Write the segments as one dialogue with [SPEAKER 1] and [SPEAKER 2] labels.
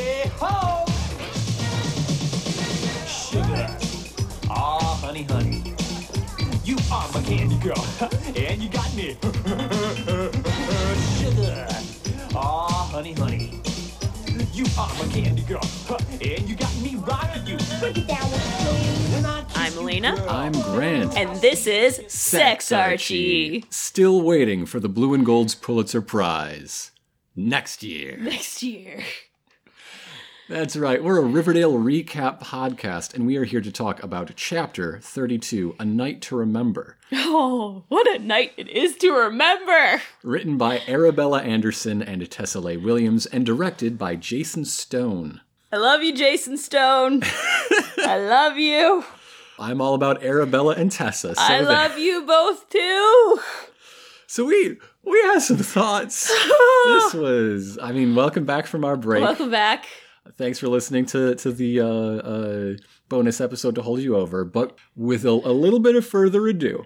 [SPEAKER 1] Ah, go. and you got me. Sugar. Aw, honey, honey. You are my candy girl. and you got me rocking you. Break it down with
[SPEAKER 2] I'm Elena,
[SPEAKER 3] I'm Grant.
[SPEAKER 2] and this is Sex Archie.
[SPEAKER 3] Still waiting for the Blue and Gold's Pulitzer Prize. Next year.
[SPEAKER 2] Next year.
[SPEAKER 3] That's right. We're a Riverdale recap podcast, and we are here to talk about Chapter 32 A Night to Remember,
[SPEAKER 2] Oh, what a night it is to remember!
[SPEAKER 3] written by Arabella Anderson and Tessellay Williams, and directed by Jason Stone.
[SPEAKER 2] I love you, Jason Stone. I love you.
[SPEAKER 3] I'm all about Arabella and Tessa. So,
[SPEAKER 2] I
[SPEAKER 3] there-
[SPEAKER 2] love you both too.
[SPEAKER 3] so we we have some thoughts. this was, I mean, welcome back from our break.
[SPEAKER 2] Welcome back.
[SPEAKER 3] Thanks for listening to to the uh, uh, bonus episode to hold you over, but with a, a little bit of further ado,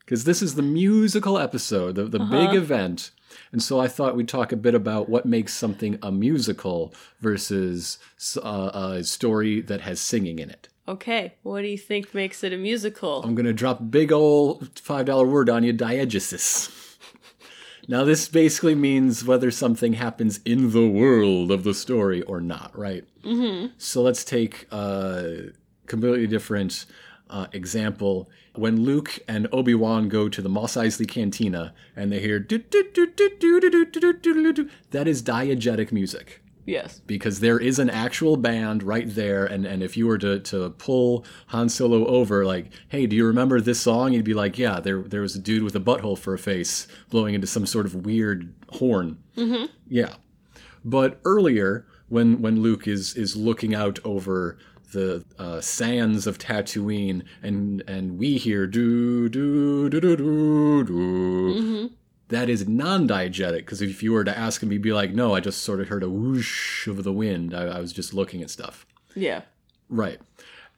[SPEAKER 3] because this is the musical episode, the, the big event, and so I thought we'd talk a bit about what makes something a musical versus s- uh, a story that has singing in it.
[SPEAKER 2] Okay, what do you think makes it a musical?
[SPEAKER 3] I'm gonna drop big old five dollar word on you, diegesis. Now this basically means whether something happens in the world of the story or not, right? Mm-hmm. So let's take a completely different uh, example. When Luke and Obi Wan go to the Mos Eisley Cantina and they hear "Doo, doo, doo, doo, doo, doo, doo, doo, doo, doo, doo," that is diegetic music
[SPEAKER 2] Yes.
[SPEAKER 3] because there is an actual band right there and, and if you were to, to pull Han Solo over like hey do you remember this song he'd be like yeah there there was a dude with a butthole for a face blowing into some sort of weird horn mm-hmm. yeah but earlier when when Luke is is looking out over the uh, sands of Tatooine and and we hear do do do do do do that is non-diegetic because if you were to ask him he'd be like no i just sort of heard a whoosh of the wind i, I was just looking at stuff
[SPEAKER 2] Yeah.
[SPEAKER 3] right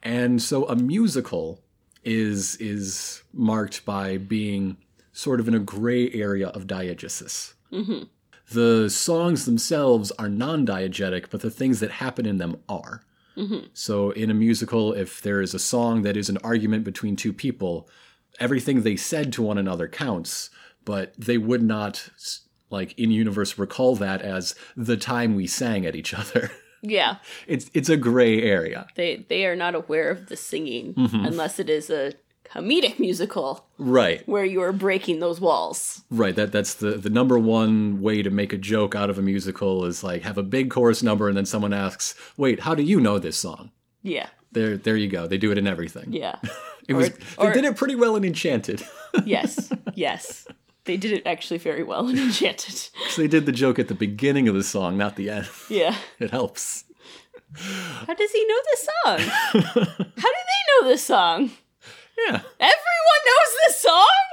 [SPEAKER 3] and so a musical is is marked by being sort of in a gray area of diegesis the songs themselves are non-diegetic but the things that happen in them are so in a musical if there is a song that is an argument between two people everything they said to one another counts but they would not s- like in universe recall that as the time we sang at each other
[SPEAKER 2] Yeah.
[SPEAKER 3] it's it's a gray area
[SPEAKER 2] They they are not aware of the singing unless it is a comedic musical
[SPEAKER 3] right
[SPEAKER 2] where you are breaking those walls.
[SPEAKER 3] Right. That that's the the number one way to make a joke out of a musical is like have a big chorus number and then someone asks, "Wait, how do you know this song?"
[SPEAKER 2] Yeah.
[SPEAKER 3] There there you go. They do it in everything.
[SPEAKER 2] Yeah.
[SPEAKER 3] It was
[SPEAKER 2] or-
[SPEAKER 3] they did it pretty well in Enchanted.
[SPEAKER 2] yes. Yes. They did it actually very well in Enchanted.
[SPEAKER 3] so they did the joke at the beginning of the song, not the end.
[SPEAKER 2] Yeah.
[SPEAKER 3] It helps.
[SPEAKER 2] How does he know this song? How do they know this song?
[SPEAKER 3] Yeah.
[SPEAKER 2] Everyone knows this song?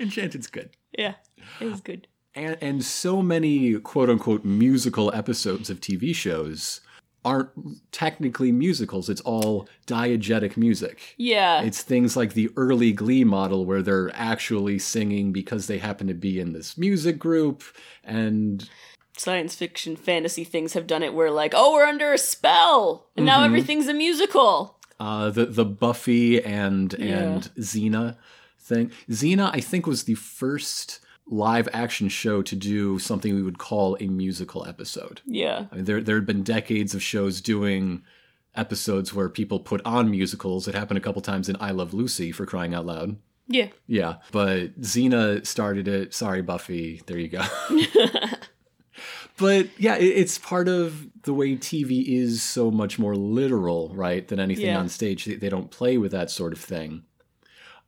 [SPEAKER 3] Enchanted's good.
[SPEAKER 2] Yeah. It was good.
[SPEAKER 3] and, and so many quote unquote musical episodes of TV shows aren't technically musicals. It's all diegetic music.
[SPEAKER 2] Yeah.
[SPEAKER 3] It's things like the early Glee model where they're actually singing because they happen to be in this music group. And
[SPEAKER 2] Science fiction fantasy things have done it where like, oh, we're under a spell. And now everything's a musical.
[SPEAKER 3] uh, the, the Buffy and,
[SPEAKER 2] Yeah.
[SPEAKER 3] and Xena thing. Xena, I think, was the first live action show to do something we would call a musical episode.
[SPEAKER 2] Yeah.
[SPEAKER 3] I mean, there there had been decades of shows doing episodes where people put on musicals. It happened a couple times in I Love Lucy for crying out loud.
[SPEAKER 2] Yeah.
[SPEAKER 3] Yeah, but Xena started it. Sorry, Buffy. There you go. but yeah, it, it's part of the way TV is so much more literal, right, than anything
[SPEAKER 2] Yeah.
[SPEAKER 3] on stage. They, they don't play with that sort of thing.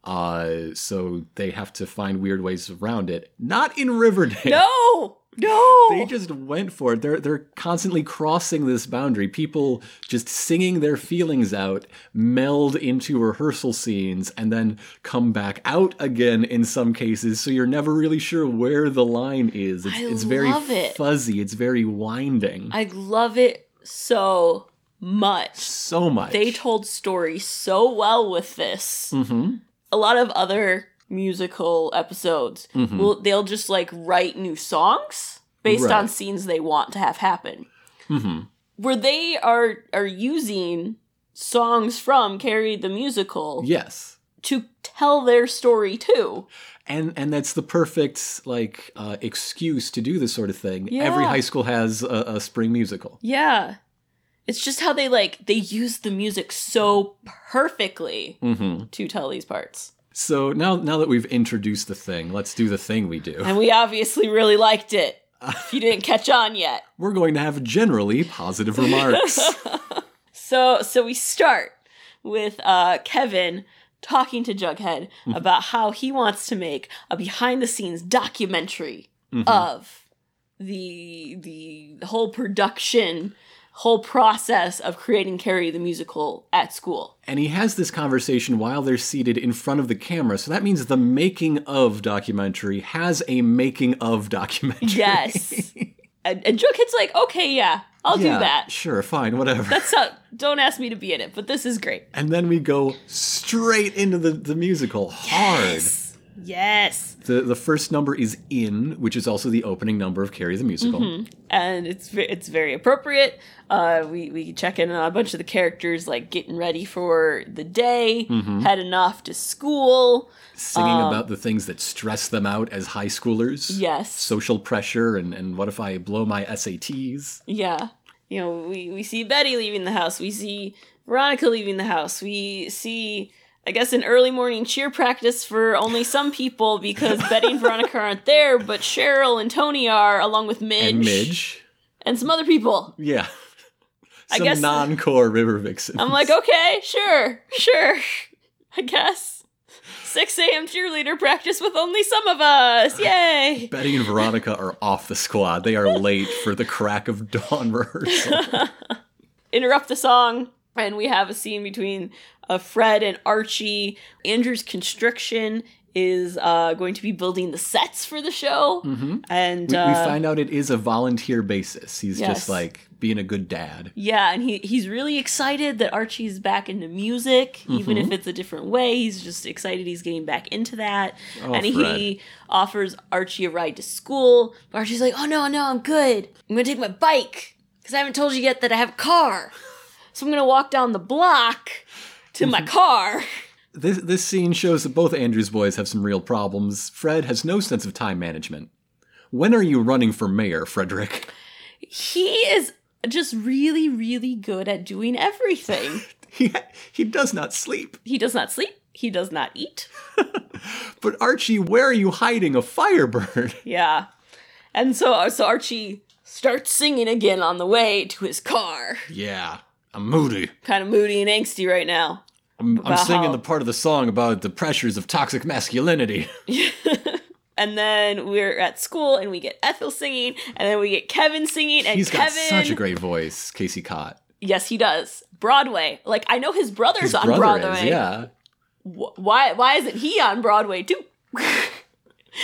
[SPEAKER 3] Uh, so they have to find weird ways around it. Not in Riverdale
[SPEAKER 2] No. No.
[SPEAKER 3] they just went for it. They're they're constantly crossing this boundary. People just singing their feelings out, meld into rehearsal scenes, and then come back out again in some cases. So you're never really sure where the line is. It's,
[SPEAKER 2] I
[SPEAKER 3] it's very
[SPEAKER 2] love it.
[SPEAKER 3] fuzzy. It's very winding.
[SPEAKER 2] I love it so much.
[SPEAKER 3] so much.
[SPEAKER 2] They told story so well with this.
[SPEAKER 3] Mhm.
[SPEAKER 2] A lot of other musical episodes will they'll just like write new songs based
[SPEAKER 3] Right.
[SPEAKER 2] on scenes they want to have happen.
[SPEAKER 3] Mhm.
[SPEAKER 2] Where they are are using songs from Carrie the musical
[SPEAKER 3] Yes.
[SPEAKER 2] to tell their story too.
[SPEAKER 3] and and that's the perfect like uh, excuse to do this sort of thing. Every
[SPEAKER 2] Yeah.
[SPEAKER 3] high school has a, a spring musical.
[SPEAKER 2] Yeah. It's just how they like they use the music so perfectly
[SPEAKER 3] hmm
[SPEAKER 2] to tell these parts.
[SPEAKER 3] So now now that we've introduced the thing, let's do the thing we do.
[SPEAKER 2] And we obviously really liked it. If you didn't catch on yet.
[SPEAKER 3] We're going to have generally positive remarks.
[SPEAKER 2] So so we start with uh, Kevin talking to Jughead about how he wants to make a behind the scenes documentary of the the whole production, whole process of creating Carrie the musical at school.
[SPEAKER 3] and he has this conversation while they're seated in front of the camera. So that means the making of documentary has a making of documentary.
[SPEAKER 2] Yes. and, and Jughead's like, okay, yeah, I'll
[SPEAKER 3] Yeah,
[SPEAKER 2] do that.
[SPEAKER 3] Sure, fine, whatever.
[SPEAKER 2] So don't ask me to be in it, but this is great.
[SPEAKER 3] and then we go straight into the, the musical hard.
[SPEAKER 2] Yes.
[SPEAKER 3] The the first number is in, which is also the opening number of Carrie the Musical.
[SPEAKER 2] Mm-hmm. and it's ve- it's very appropriate. Uh, we we check in on a bunch of the characters like getting ready for the day,
[SPEAKER 3] Mm-hmm.
[SPEAKER 2] heading off to school.
[SPEAKER 3] Singing
[SPEAKER 2] Uh,
[SPEAKER 3] about the things that stress them out as high schoolers.
[SPEAKER 2] Yes.
[SPEAKER 3] Social pressure and, and what if I blow my SATs?
[SPEAKER 2] Yeah, you know we we see Betty leaving the house. We see Veronica leaving the house. We see. I guess an early morning cheer practice for only some people because Betty and Veronica aren't there, but Cheryl and Tony are, along with Midge
[SPEAKER 3] And Midge.
[SPEAKER 2] and some other people.
[SPEAKER 3] Yeah.
[SPEAKER 2] I
[SPEAKER 3] Some
[SPEAKER 2] guess-
[SPEAKER 3] non core River Vixen.
[SPEAKER 2] I'm like, okay, sure, sure, I guess. 6 a.m. cheerleader practice with only some of us. Yay!
[SPEAKER 3] Betty and Veronica are off the squad. They are late for the crack of dawn rehearsal.
[SPEAKER 2] Interrupt the song, and we have a scene between uh, Fred and Archie. Andrew's Constriction is uh, going to be building the sets for the show, and
[SPEAKER 3] Mm-hmm. We,
[SPEAKER 2] uh,
[SPEAKER 3] we find out it is a volunteer basis. He's just
[SPEAKER 2] Yes.
[SPEAKER 3] like being a good dad.
[SPEAKER 2] yeah, and he he's really excited that Archie's back into music, even
[SPEAKER 3] Mm-hmm.
[SPEAKER 2] if it's a different way. He's just excited he's getting back into that,
[SPEAKER 3] Oh,
[SPEAKER 2] and
[SPEAKER 3] Fred.
[SPEAKER 2] he offers Archie a ride to school. But Archie's like, "Oh no, no, I'm good. I'm gonna take my bike because I haven't told you yet that I have a car, so I'm gonna walk down the block to my car."
[SPEAKER 3] This this scene shows that both Andrews boys have some real problems. Fred has no sense of time management. When are you running for mayor, Frederick?
[SPEAKER 2] He is just really, really good at doing everything.
[SPEAKER 3] He he does not sleep.
[SPEAKER 2] he does not sleep. He does not eat.
[SPEAKER 3] But Archie, where are you hiding a firebird?
[SPEAKER 2] Yeah. And so, uh, so Archie starts singing again on the way to his car.
[SPEAKER 3] yeah, I'm moody.
[SPEAKER 2] Kind of moody and angsty right now.
[SPEAKER 3] I'm, I'm
[SPEAKER 2] Wow.
[SPEAKER 3] singing the part of the song about the pressures of toxic masculinity.
[SPEAKER 2] And then we're at school and we get Ethel singing, and then we get Kevin singing, and
[SPEAKER 3] He's
[SPEAKER 2] Kevin.
[SPEAKER 3] got such a great voice, Casey Cott.
[SPEAKER 2] yes, he does. Broadway. Like I know his brother's
[SPEAKER 3] His
[SPEAKER 2] on
[SPEAKER 3] brother
[SPEAKER 2] Broadway.
[SPEAKER 3] is, yeah.
[SPEAKER 2] Wh- Why? Why isn't he on Broadway too?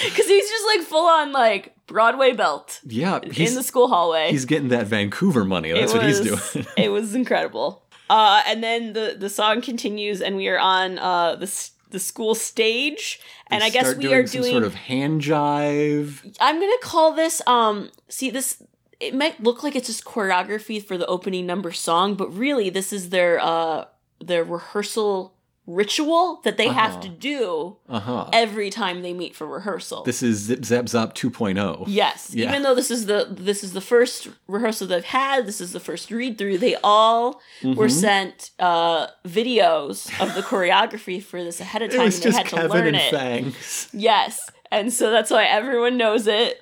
[SPEAKER 2] Because he's just like full on like Broadway belt
[SPEAKER 3] Yeah,
[SPEAKER 2] in the
[SPEAKER 3] he's,
[SPEAKER 2] school hallway.
[SPEAKER 3] he's getting that Vancouver money. That's
[SPEAKER 2] It
[SPEAKER 3] what he's
[SPEAKER 2] was-
[SPEAKER 3] doing.
[SPEAKER 2] it was incredible. Uh, and then the the song continues, and we are on uh, the s- the school stage, and
[SPEAKER 3] They
[SPEAKER 2] I guess
[SPEAKER 3] start
[SPEAKER 2] we are
[SPEAKER 3] some
[SPEAKER 2] doing.
[SPEAKER 3] sort of hand jive.
[SPEAKER 2] I'm gonna call this. Um, see this. It might look like it's just choreography for the opening number song, but really this is their uh their rehearsal ritual that they have
[SPEAKER 3] Uh-huh.
[SPEAKER 2] to do
[SPEAKER 3] Uh huh.
[SPEAKER 2] every time they meet for rehearsal.
[SPEAKER 3] This is Zip Zap Zop oh. 2.0.
[SPEAKER 2] Yes,
[SPEAKER 3] Yeah.
[SPEAKER 2] even though this is the this is the first rehearsal they've had, this is the first read through. They all
[SPEAKER 3] Mm-hmm.
[SPEAKER 2] were sent uh, videos of the choreography for this ahead of
[SPEAKER 3] It
[SPEAKER 2] time,
[SPEAKER 3] was
[SPEAKER 2] and they
[SPEAKER 3] just
[SPEAKER 2] had to
[SPEAKER 3] Kevin
[SPEAKER 2] learn
[SPEAKER 3] and
[SPEAKER 2] it.
[SPEAKER 3] Fangs.
[SPEAKER 2] Yes, and so that's why everyone knows it.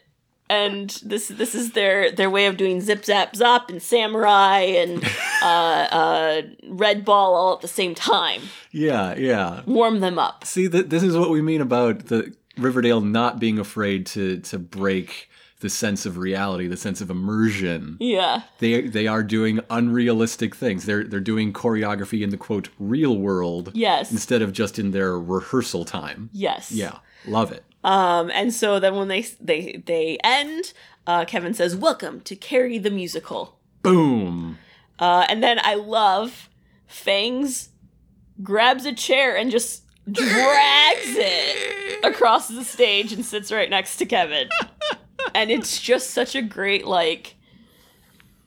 [SPEAKER 2] And this this is their their way of doing zip zap zop and samurai and uh, uh, red ball all at the same time.
[SPEAKER 3] Yeah, yeah.
[SPEAKER 2] Warm them up.
[SPEAKER 3] See, th- this is what we mean about the Riverdale not being afraid to to break the sense of reality, the sense of immersion.
[SPEAKER 2] Yeah,
[SPEAKER 3] They they are doing unrealistic things. They're they're doing choreography in the quote real world
[SPEAKER 2] yes,
[SPEAKER 3] instead of just in their rehearsal time.
[SPEAKER 2] yes,
[SPEAKER 3] Yeah, love it.
[SPEAKER 2] Um, and so then when they they they end, uh, Kevin says, "Welcome to Carrie the musical,"
[SPEAKER 3] Boom.
[SPEAKER 2] uh, and then I love Fangs grabs a chair and just drags it across the stage and sits right next to Kevin, and it's just such a great like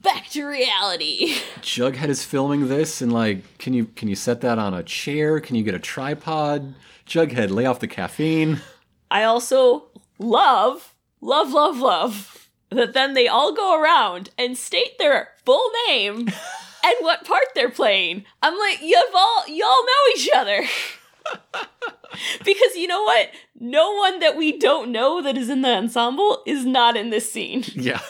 [SPEAKER 2] back to reality.
[SPEAKER 3] Jughead is filming this, and like, can you can you set that on a chair? Can you get a tripod? Jughead, lay off the caffeine.
[SPEAKER 2] I also love, love, love, love that then they all go around and state their full name and what part they're playing. I'm like, you've all y'all know each other. because you know what? No one that we don't know that is in the ensemble is not in this scene.
[SPEAKER 3] Yeah.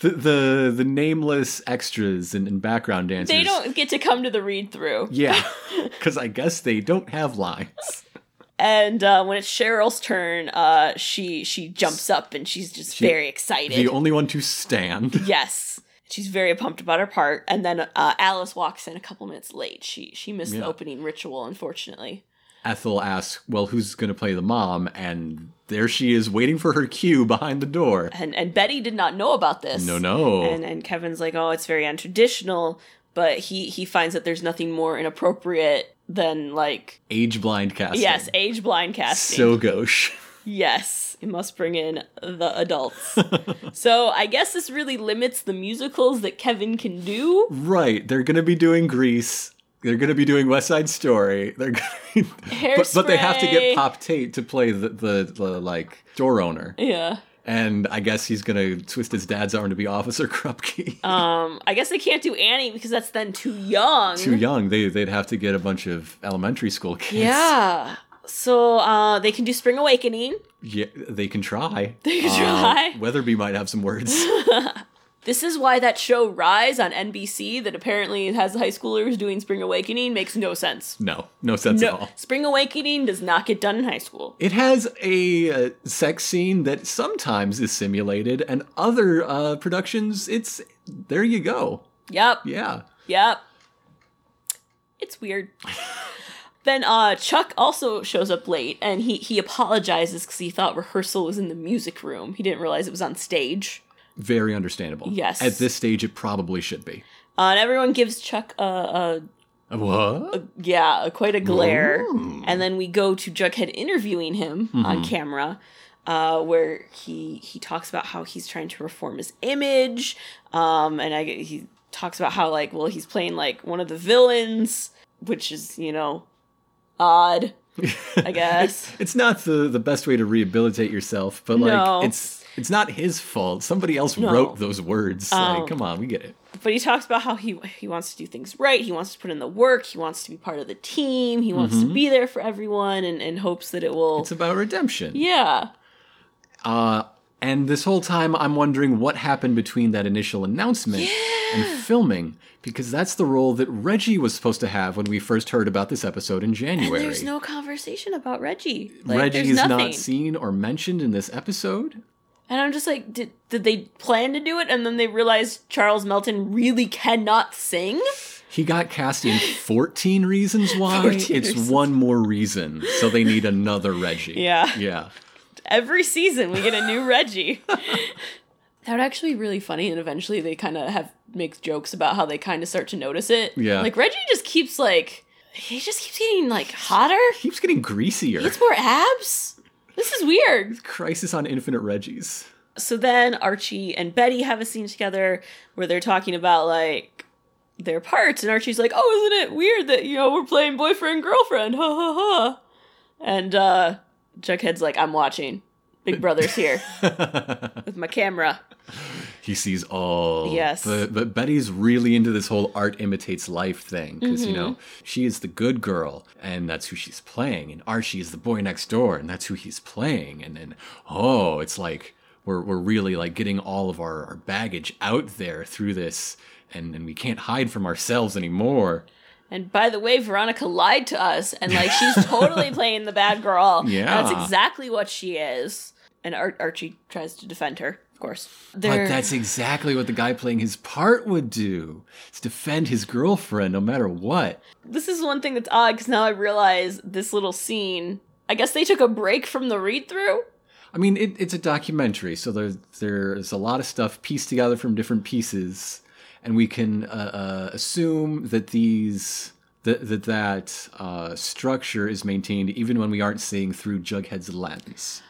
[SPEAKER 3] The the, the nameless extras and, and background dancers.
[SPEAKER 2] They don't get to come to the read through.
[SPEAKER 3] Yeah, because I guess they don't have lines.
[SPEAKER 2] And uh, when it's Cheryl's turn, uh, she she jumps up and she's just very excited.
[SPEAKER 3] The only one to stand.
[SPEAKER 2] Yes. She's very pumped about her part. And then uh, Alice walks in a couple minutes late. She she missed the
[SPEAKER 3] Yeah.
[SPEAKER 2] opening ritual, unfortunately.
[SPEAKER 3] Ethel asks, "Well, who's going to play the mom?" And there she is, waiting for her cue behind the door.
[SPEAKER 2] And and Betty did not know about this.
[SPEAKER 3] No, no.
[SPEAKER 2] And and Kevin's like, oh, it's very untraditional. But he he finds that there's nothing more inappropriate than like
[SPEAKER 3] Age blind casting.
[SPEAKER 2] yes, age blind casting.
[SPEAKER 3] So gauche.
[SPEAKER 2] Yes, you must bring in the adults. so I guess this really limits the musicals that Kevin can do.
[SPEAKER 3] Right. They're going to be doing Grease. They're going to be doing West Side Story. They're going to be, but, but they have to
[SPEAKER 2] Hairspray.
[SPEAKER 3] get Pop Tate to play the, the, the like door owner.
[SPEAKER 2] Yeah.
[SPEAKER 3] And I guess he's going to twist his dad's arm to be Officer Krupke.
[SPEAKER 2] Um, I guess they can't do Annie because that's then too young.
[SPEAKER 3] Too young. They they'd have to get a bunch of elementary school kids.
[SPEAKER 2] Yeah. So uh, they can do Spring Awakening.
[SPEAKER 3] Yeah, they can try.
[SPEAKER 2] They can try.
[SPEAKER 3] Weatherby might have some words.
[SPEAKER 2] This is why that show Rise on NBC that apparently has high schoolers doing Spring Awakening makes no sense.
[SPEAKER 3] No, no sense at
[SPEAKER 2] No,
[SPEAKER 3] all.
[SPEAKER 2] Spring Awakening does not get done in high school.
[SPEAKER 3] It has a uh, sex scene that sometimes is simulated, and other uh, productions, it's there. You go.
[SPEAKER 2] Yep.
[SPEAKER 3] Yeah.
[SPEAKER 2] Yep. It's weird. then uh Chuck also shows up late and he he apologizes cuz he thought rehearsal was in the music room. He didn't realize it was on stage.
[SPEAKER 3] Very understandable.
[SPEAKER 2] Yes.
[SPEAKER 3] At this stage, it probably should be.
[SPEAKER 2] Uh, and everyone gives Chuck a, a Uh,
[SPEAKER 3] What?
[SPEAKER 2] yeah, a, quite a glare. And then we go to Jughead interviewing him on camera. Uh, where he he talks about how he's trying to reform his image, um, and I get- he talks about how like well he's playing like one of the villains, which is you know odd, I guess.
[SPEAKER 3] It's not the, the best way to rehabilitate yourself, but like
[SPEAKER 2] No.
[SPEAKER 3] it's it's not his fault. Somebody else wrote those words.
[SPEAKER 2] Oh.
[SPEAKER 3] Like, come on, we get it.
[SPEAKER 2] but he talks about how he he wants to do things right. He wants to put in the work. He wants to be part of the team. He wants to be there for everyone, and, and hopes that it will.
[SPEAKER 3] It's about redemption.
[SPEAKER 2] yeah,
[SPEAKER 3] Uh, and this whole time, I'm wondering what happened between that initial announcement and filming, because that's the role that Reggie was supposed to have when we first heard about this episode in January.
[SPEAKER 2] there's no conversation about Reggie. Like,
[SPEAKER 3] Reggie
[SPEAKER 2] there's
[SPEAKER 3] is
[SPEAKER 2] nothing.
[SPEAKER 3] not seen or mentioned in this episode.
[SPEAKER 2] and I'm just like, did did they plan to do it, and then they realized Charles Melton really cannot sing?
[SPEAKER 3] He got cast in 14 Reasons Why.
[SPEAKER 2] 14
[SPEAKER 3] it's
[SPEAKER 2] reasons.
[SPEAKER 3] one more reason, so they need another Reggie.
[SPEAKER 2] Yeah.
[SPEAKER 3] Yeah.
[SPEAKER 2] Every season we get a new Reggie. That would actually be really funny, and eventually they kind of have makes jokes about how they kind of start to notice it.
[SPEAKER 3] Yeah.
[SPEAKER 2] like Reggie just keeps like he just keeps getting like hotter.
[SPEAKER 3] Keeps getting greasier.
[SPEAKER 2] It's more abs? This is weird.
[SPEAKER 3] Crisis on Infinite Reggies.
[SPEAKER 2] So then Archie and Betty have a scene together where they're talking about like their parts, and Archie's like, "Oh, isn't it weird that you know we're playing boyfriend girlfriend?" Ha ha ha. And uh, Jughead's like, "I'm watching. Big Brother's here with my camera."
[SPEAKER 3] He sees all.
[SPEAKER 2] Yes.
[SPEAKER 3] But, but Betty's really into this whole art imitates life thing because, you know, she is the good girl and that's who she's playing. And Archie is the boy next door and that's who he's playing. And then, oh, it's like we're, we're really like getting all of our, our baggage out there through this and, and we can't hide from ourselves anymore.
[SPEAKER 2] And by the way, Veronica lied to us, and like she's totally playing the bad girl.
[SPEAKER 3] Yeah.
[SPEAKER 2] that's exactly what she is. And Ar- Archie tries to defend her, of course. They're-
[SPEAKER 3] But that's exactly what the guy playing his part would do. Is defend his girlfriend no matter what.
[SPEAKER 2] this is one thing that's odd because now I realize this little scene. I guess they took a break from the read through.
[SPEAKER 3] I mean, it, it's a documentary, so there there's a lot of stuff pieced together from different pieces, and we can uh, uh, assume that these that that, that uh, structure is maintained even when we aren't seeing through Jughead's lens.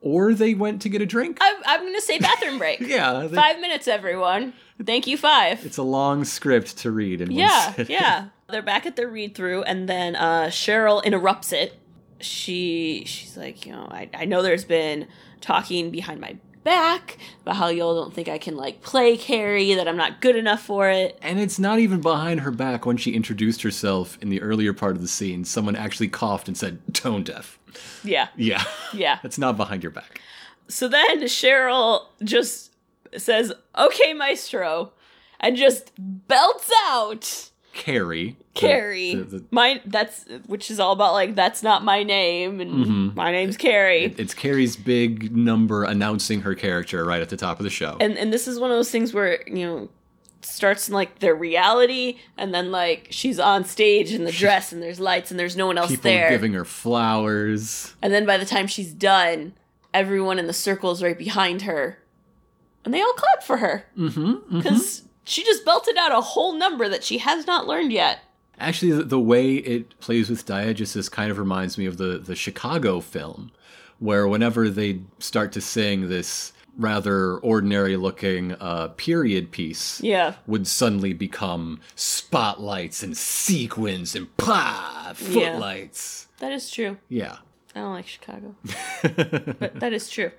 [SPEAKER 3] or they went to get a drink.
[SPEAKER 2] I'm, I'm going to say bathroom break.
[SPEAKER 3] yeah, they-
[SPEAKER 2] Five minutes, everyone. Thank you, five.
[SPEAKER 3] it's a long script to read. In one
[SPEAKER 2] Yeah,
[SPEAKER 3] sitting.
[SPEAKER 2] yeah. They're back at their read through, and then uh, Cheryl interrupts it. She she's like, you know, I, I know there's been talking behind my back about how y'all don't think I can like play Carrie, that I'm not good enough for it.
[SPEAKER 3] And it's not even behind her back when she introduced herself in the earlier part of the scene. Someone actually coughed and said, tone deaf.
[SPEAKER 2] Yeah,
[SPEAKER 3] Yeah.
[SPEAKER 2] yeah.
[SPEAKER 3] That's not behind your back.
[SPEAKER 2] So then Cheryl just says, "Okay, Maestro," and just belts out
[SPEAKER 3] Carrie. the-
[SPEAKER 2] Carrie.
[SPEAKER 3] the- the-
[SPEAKER 2] my that's which is all about like that's not my name, and
[SPEAKER 3] Mm-hmm.
[SPEAKER 2] my name's Carrie.
[SPEAKER 3] it's Carrie's big number announcing her character right at the top of the show.
[SPEAKER 2] and and this is one of those things where you know starts in like their reality and then like she's on stage in the dress and there's lights and there's no one else
[SPEAKER 3] People
[SPEAKER 2] there
[SPEAKER 3] giving her flowers.
[SPEAKER 2] and then by the time she's done everyone in the circle is right behind her and they all clap for her
[SPEAKER 3] Mm hmm.
[SPEAKER 2] because she just belted out a whole number that she has not learned yet
[SPEAKER 3] Actually, the, the way it plays with diegesis kind of reminds me of the, the Chicago film, where whenever they start to sing this rather ordinary looking uh, period piece,
[SPEAKER 2] yeah
[SPEAKER 3] would suddenly become spotlights and sequins and
[SPEAKER 2] Yeah.
[SPEAKER 3] pa footlights.
[SPEAKER 2] that is true
[SPEAKER 3] Yeah.
[SPEAKER 2] I don't like Chicago. but that is true.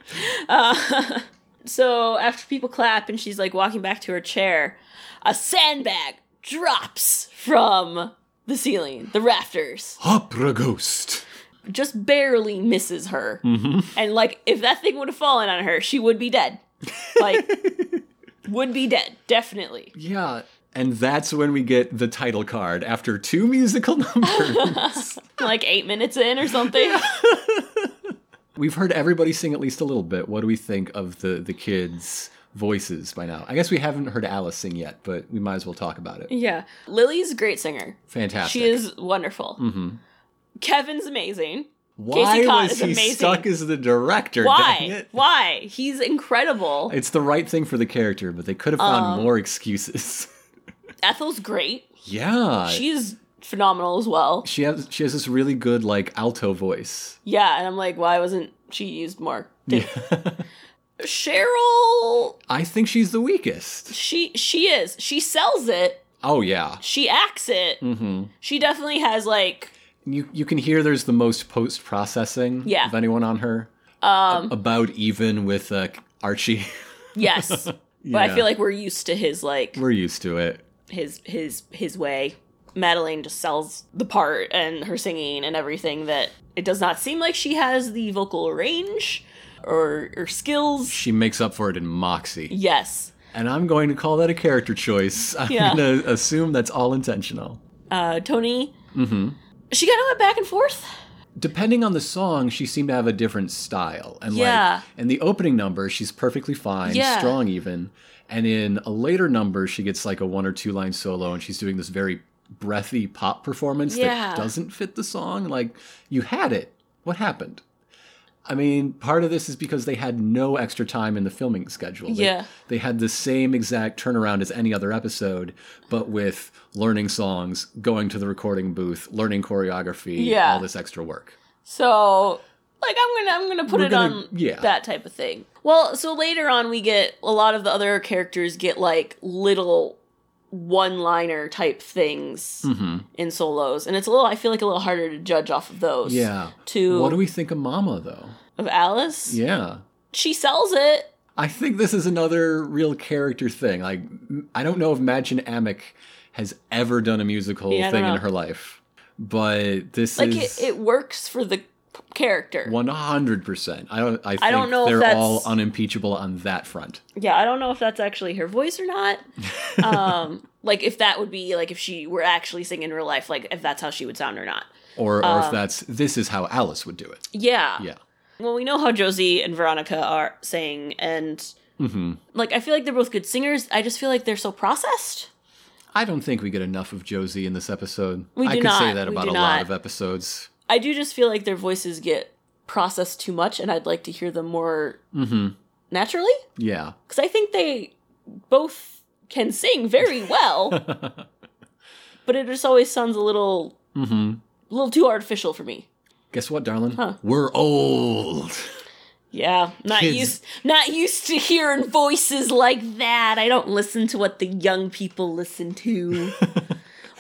[SPEAKER 2] Uh, so after people clap and she's like walking back to her chair, a sandbag drops from the ceiling, the rafters,
[SPEAKER 3] Opera ghost.
[SPEAKER 2] just barely misses her.
[SPEAKER 3] Mm-hmm.
[SPEAKER 2] And like, if that thing would have fallen on her, she would be dead. Like, would be dead, definitely.
[SPEAKER 3] Yeah. And that's when we get the title card after two musical numbers.
[SPEAKER 2] Like, eight minutes in or something.
[SPEAKER 3] We've heard everybody sing at least a little bit. What do we think of the, the kids' voices by now? I guess we haven't heard Alice sing yet, but we might as well talk about it.
[SPEAKER 2] yeah. Lily's a great singer.
[SPEAKER 3] Fantastic. Mm-hmm.
[SPEAKER 2] She is wonderful. Kevin's amazing.
[SPEAKER 3] Why
[SPEAKER 2] Casey Cott
[SPEAKER 3] was
[SPEAKER 2] is
[SPEAKER 3] he
[SPEAKER 2] amazing.
[SPEAKER 3] stuck as the director? Dang
[SPEAKER 2] Why?
[SPEAKER 3] it.
[SPEAKER 2] Why? He's incredible.
[SPEAKER 3] It's the right thing for the character, but they could have
[SPEAKER 2] Um,
[SPEAKER 3] found more excuses.
[SPEAKER 2] Ethel's great.
[SPEAKER 3] Yeah.
[SPEAKER 2] She's phenomenal as well.
[SPEAKER 3] she has she has this really good like alto voice.
[SPEAKER 2] Yeah, and I'm like, why wasn't she used more? Cheryl,
[SPEAKER 3] I think she's the weakest.
[SPEAKER 2] she she is. She sells it.
[SPEAKER 3] Oh yeah.
[SPEAKER 2] She acts it.
[SPEAKER 3] hmm
[SPEAKER 2] She definitely has like
[SPEAKER 3] You you can hear there's the most post processing
[SPEAKER 2] Yeah.
[SPEAKER 3] of anyone on her. Um about even with uh, Archie.
[SPEAKER 2] yes. But I
[SPEAKER 3] Yeah.
[SPEAKER 2] feel like we're used to his like
[SPEAKER 3] We're used to it.
[SPEAKER 2] his his his way. Madeline just sells the part and her singing and everything that it does not seem like she has the vocal range or or skills.
[SPEAKER 3] She makes up for it in Moxie.
[SPEAKER 2] Yes.
[SPEAKER 3] And I'm going to call that a character choice. I'm
[SPEAKER 2] Yeah.
[SPEAKER 3] going to assume that's all intentional.
[SPEAKER 2] uh, Tony. Mm-hmm. She kind of went back and forth.
[SPEAKER 3] depending on the song, she seemed to have a different style. And
[SPEAKER 2] Yeah.
[SPEAKER 3] like in the opening number, she's perfectly fine,
[SPEAKER 2] Yeah.
[SPEAKER 3] strong even. And in a later number, she gets like a one or two line solo and she's doing this very breathy pop performance
[SPEAKER 2] Yeah.
[SPEAKER 3] that doesn't fit the song. Like, you had it. What happened? I mean, part of this is because they had no extra time in the filming schedule. They-
[SPEAKER 2] Yeah.
[SPEAKER 3] They, had the same exact turnaround as any other episode, but with learning songs, going to the recording booth, learning choreography,
[SPEAKER 2] Yeah.
[SPEAKER 3] all this extra work.
[SPEAKER 2] So, like, I'm gonna I'm gonna put
[SPEAKER 3] We're
[SPEAKER 2] it
[SPEAKER 3] gonna-
[SPEAKER 2] on
[SPEAKER 3] yeah.
[SPEAKER 2] that type of thing. Well, so later on, we get a lot of the other characters get like little one liner type things
[SPEAKER 3] Hmm. Mm-hmm.
[SPEAKER 2] in solos, and it's a little I feel like a little harder to judge off of those.
[SPEAKER 3] Yeah.
[SPEAKER 2] To
[SPEAKER 3] What do we think of Mama though?
[SPEAKER 2] of Alice,
[SPEAKER 3] Yeah.
[SPEAKER 2] she sells it.
[SPEAKER 3] I think this is another real character thing. Like m- I don't know if Madge Amick has ever done a musical
[SPEAKER 2] Yeah, I don't
[SPEAKER 3] thing in
[SPEAKER 2] know.
[SPEAKER 3] her life. But this
[SPEAKER 2] Like
[SPEAKER 3] is
[SPEAKER 2] it, it works for the p- character.
[SPEAKER 3] 100%. I don't I, think
[SPEAKER 2] don't know if
[SPEAKER 3] they're
[SPEAKER 2] that's-
[SPEAKER 3] all unimpeachable on that front.
[SPEAKER 2] Yeah, I don't know if that's actually her voice or not. Um, like if that would be like if she were actually singing in real life, like if that's how she would sound or not.
[SPEAKER 3] Or or
[SPEAKER 2] Uh,
[SPEAKER 3] if that's this is how Alice would do it.
[SPEAKER 2] Yeah.
[SPEAKER 3] Yeah.
[SPEAKER 2] Well, we know how Josie and Veronica are saying, and
[SPEAKER 3] Mhm.
[SPEAKER 2] like I feel like they're both good singers. I just feel like they're so processed.
[SPEAKER 3] I don't think we get enough of Josie in this episode.
[SPEAKER 2] We
[SPEAKER 3] I
[SPEAKER 2] do
[SPEAKER 3] could say
[SPEAKER 2] not.
[SPEAKER 3] that
[SPEAKER 2] We
[SPEAKER 3] about
[SPEAKER 2] do
[SPEAKER 3] a lot
[SPEAKER 2] not.
[SPEAKER 3] of episodes.
[SPEAKER 2] I do just feel like their voices get processed too much, and I'd like to hear them more naturally
[SPEAKER 3] Yeah.
[SPEAKER 2] because I think they both can sing very well, but it just always sounds a little,
[SPEAKER 3] Mm-hmm.
[SPEAKER 2] a little too artificial for me.
[SPEAKER 3] Guess what, darling?
[SPEAKER 2] Huh.
[SPEAKER 3] We're old.
[SPEAKER 2] Yeah, not
[SPEAKER 4] Kids.
[SPEAKER 2] used not used to hearing voices like that. I don't listen to what the young people listen to.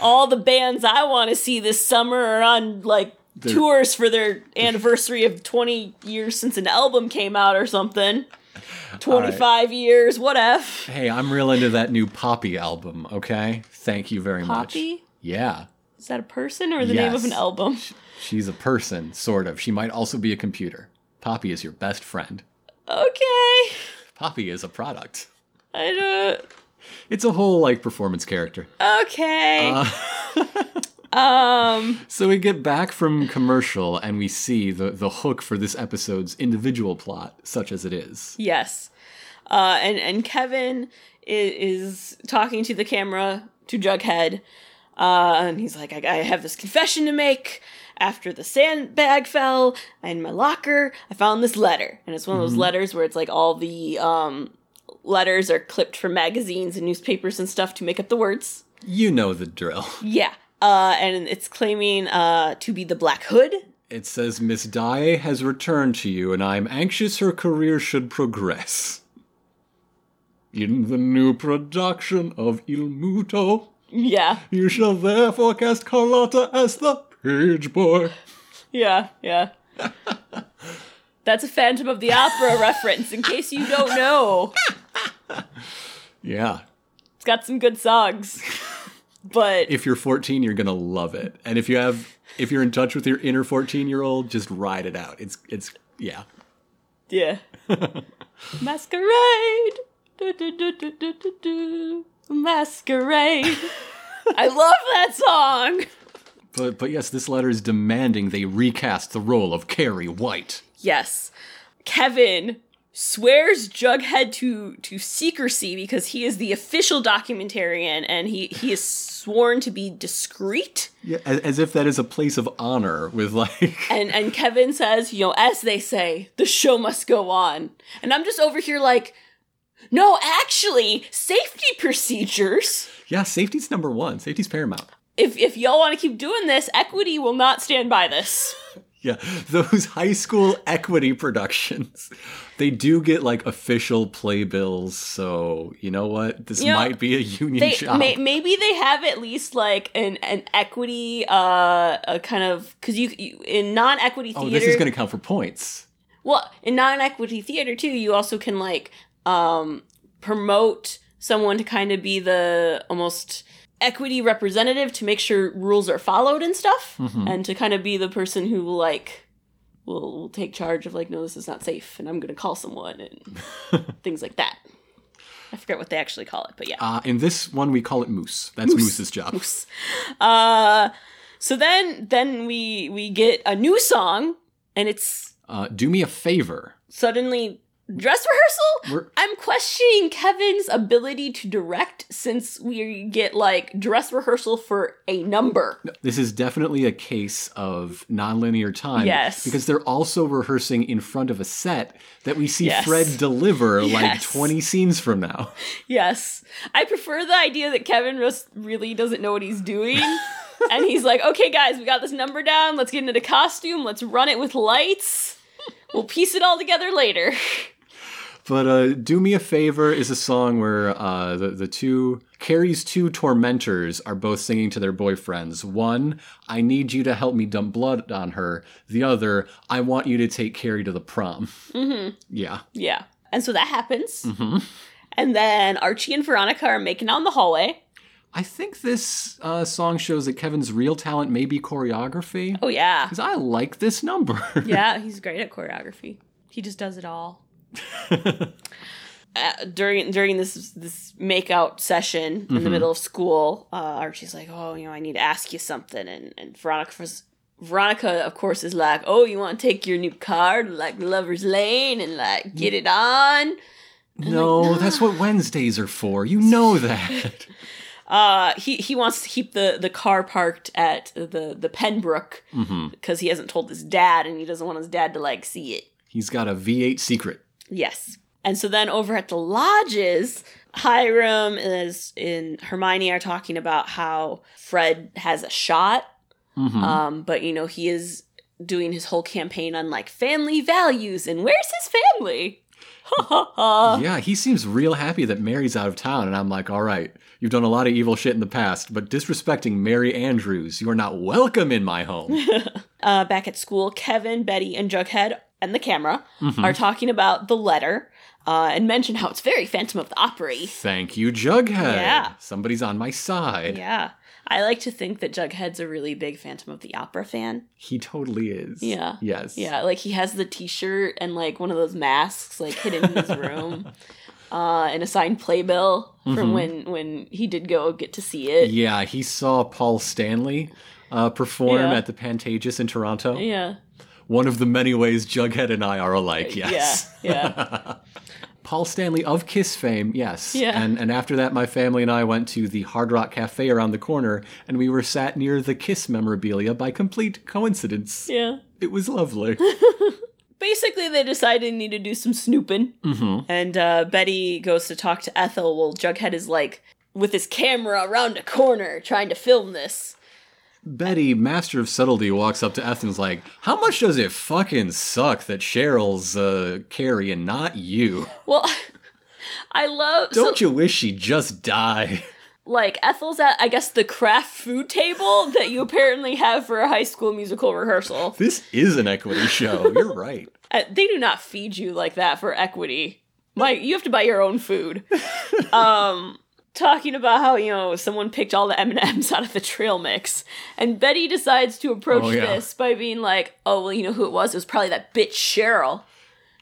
[SPEAKER 2] All the bands I want to see this summer are on like
[SPEAKER 3] They're-
[SPEAKER 2] tours for their anniversary of 20 years since an album came out or something. 25 years, what if?
[SPEAKER 3] Hey, I'm real into that new Poppy album, okay? Thank you very much.
[SPEAKER 2] Poppy?
[SPEAKER 3] Yeah.
[SPEAKER 2] Is that a person or the name of an
[SPEAKER 3] Yes.
[SPEAKER 2] album?
[SPEAKER 3] She's a person, sort of. She might also be a computer. Poppy is your best friend.
[SPEAKER 2] Okay.
[SPEAKER 3] Poppy is a product.
[SPEAKER 2] I don't
[SPEAKER 3] It's a whole like performance character. Uh,
[SPEAKER 2] Okay. um
[SPEAKER 3] So we get back from commercial and we see the, the hook for this episode's individual plot, such as it is.
[SPEAKER 2] Yes. Uh, and and Kevin is, is talking to the camera to Jughead, uh, and he's like, I, "I have this confession to make. After the sandbag fell in my locker, I found this letter, and it's one of those letters where it's like all the um, letters are clipped from magazines and newspapers and stuff to make up the words.
[SPEAKER 3] You know the drill.
[SPEAKER 2] Yeah." Uh, and it's claiming uh, to be the Black Hood.
[SPEAKER 3] It says Miss Dye has returned to you, and I am anxious her career should progress. In the new production of Il Muto,
[SPEAKER 2] Yeah,
[SPEAKER 3] you shall therefore cast Carlotta as the page boy.
[SPEAKER 2] Yeah, yeah. That's a Phantom of the Opera reference, in case you don't know.
[SPEAKER 3] Yeah.
[SPEAKER 2] It's got some good songs. But
[SPEAKER 3] If you're 14, you're gonna love it, and if you have, if you're in touch with your inner 14 year old, just ride it out. It's, it's, yeah.
[SPEAKER 2] yeah. Masquerade. Du, du, du, du, du, du, du. Masquerade. I love that song.
[SPEAKER 3] But, but yes, this letter is demanding they recast the role of Carrie White.
[SPEAKER 2] Yes. Kevin swears Jughead to to secrecy because he is the official documentarian and he he is sworn to be discreet.
[SPEAKER 3] Yeah, as, as if that is a place of honor with like
[SPEAKER 2] and and Kevin says, you know, as they say, the show must go on. And I'm just over here like, no, actually, safety procedures.
[SPEAKER 3] Yeah, safety's number one. Safety's paramount.
[SPEAKER 2] If if y'all want to keep doing this, equity will not stand by this.
[SPEAKER 3] Yeah, those high school equity productions, they do get like official playbills. So you know what? This
[SPEAKER 2] You know,
[SPEAKER 3] might be a union
[SPEAKER 2] They
[SPEAKER 3] job.
[SPEAKER 2] may, maybe they have at least like an an equity uh a kind of because you, you in non equity
[SPEAKER 3] oh,
[SPEAKER 2] theater.
[SPEAKER 3] this is going to count for points.
[SPEAKER 2] Well, in non-equity theater too, you also can like um promote someone to kind of be the almost equity representative to make sure rules are followed and stuff and to kind of be the person who will like will, will take charge of like no this is not safe and I'm going to call someone and things like that. I forget what they actually call it, but yeah.
[SPEAKER 3] Uh, in this one, we call it Moose. That's Moose's job.
[SPEAKER 2] Uh so then then we we get a new song and it's
[SPEAKER 3] Uh, do me a favor.
[SPEAKER 2] suddenly dress rehearsal
[SPEAKER 3] We're-
[SPEAKER 2] i'm questioning kevin's ability to direct since we get like dress rehearsal for a number
[SPEAKER 3] This is definitely a case of nonlinear time.
[SPEAKER 2] Yes.
[SPEAKER 3] Because they're also rehearsing in front of a set that we see
[SPEAKER 2] Yes.
[SPEAKER 3] Fred deliver like
[SPEAKER 2] Yes.
[SPEAKER 3] 20 scenes from now.
[SPEAKER 2] yes i prefer the idea that kevin just really doesn't know what he's doing and he's like okay guys we got this number down let's get into the costume let's run it with lights we'll piece it all together later
[SPEAKER 3] But uh, "Do Me a Favor" is a song where uh, the the two Carrie's two tormentors are both singing to their boyfriends. One, "I need you to help me dump blood on her." The other, "I want you to take Carrie to the prom." Mm-hmm. Yeah,
[SPEAKER 2] yeah and so that happens and then archie and veronica are making out in the hallway
[SPEAKER 3] I think this uh, song shows that Kevin's real talent may be choreography.
[SPEAKER 2] oh yeah
[SPEAKER 3] Because I like this number.
[SPEAKER 2] yeah, he's great at choreography. He just does it all. uh, during during this this makeout session in the middle of school, uh, Archie's like, "Oh, you know, I need to ask you something," and and Veronica's. Veronica, of course, is like, "Oh, you want to take your new car to like Lover's Lane and like get it on?"
[SPEAKER 3] no, that's what Wednesdays are for. You know that.
[SPEAKER 2] Uh, he he wants to keep the the car parked at the the Penbrook because he hasn't told his dad and he doesn't want his dad to like see it.
[SPEAKER 3] He's got a V8 secret.
[SPEAKER 2] Yes. And so then over at the lodges, Hiram is and Hermione are talking about how Fred has a shot. Um, but you know, he is doing his whole campaign on like family values and where's his family? Ha ha ha.
[SPEAKER 3] yeah, he seems real happy that Mary's out of town, and I'm like, all right, you've done a lot of evil shit in the past, but disrespecting Mary Andrews, you are not welcome in my home.
[SPEAKER 2] Uh, back at school, Kevin, Betty, and Jughead and the camera are talking about the letter uh, and mention how it's very Phantom of the Opera.
[SPEAKER 3] Thank you, Jughead.
[SPEAKER 2] Yeah.
[SPEAKER 3] Somebody's on my side.
[SPEAKER 2] Yeah. I like to think that Jughead's a really big Phantom of the Opera fan.
[SPEAKER 3] He totally is.
[SPEAKER 2] Yeah.
[SPEAKER 3] Yes.
[SPEAKER 2] Yeah, like he has the T-shirt and like one of those masks like hidden in his room, uh, and a signed playbill from
[SPEAKER 3] Mm-hmm.
[SPEAKER 2] when when he did go get to see it.
[SPEAKER 3] Yeah, he saw Paul Stanley uh, perform
[SPEAKER 2] Yeah.
[SPEAKER 3] at the Pantages in Toronto.
[SPEAKER 2] Yeah,
[SPEAKER 3] One of the many ways Jughead and I are alike, yes.
[SPEAKER 2] Uh, yeah, yeah.
[SPEAKER 3] Paul Stanley of Kiss fame, yes.
[SPEAKER 2] Yeah.
[SPEAKER 3] And, and after that, my family and I went to the Hard Rock Cafe around the corner, and we were sat near the Kiss memorabilia by complete coincidence.
[SPEAKER 2] yeah.
[SPEAKER 3] It was lovely.
[SPEAKER 2] Basically, they decide they need to do some snooping,
[SPEAKER 3] Mhm.
[SPEAKER 2] and uh, Betty goes to talk to Ethel. While Jughead is like with his camera around a corner trying to film this.
[SPEAKER 3] Betty, master of subtlety, walks up to Ethel and is like, How much does it fucking suck that Cheryl's uh, Carrie and not you?
[SPEAKER 2] Well, I love so-
[SPEAKER 3] Don't you wish she'd just die?
[SPEAKER 2] like Ethel's at I guess the craft food table that you apparently have for a high school musical rehearsal.
[SPEAKER 3] This is an equity show. You're right.
[SPEAKER 2] Uh, they do not feed you like that for equity. My, you have to buy your own food. Um, talking about how you know someone picked all the M and M's out of the trail mix, and Betty decides to approach
[SPEAKER 3] Oh, yeah.
[SPEAKER 2] this by being like, "Oh well, you know who it was? It was probably that bitch Cheryl,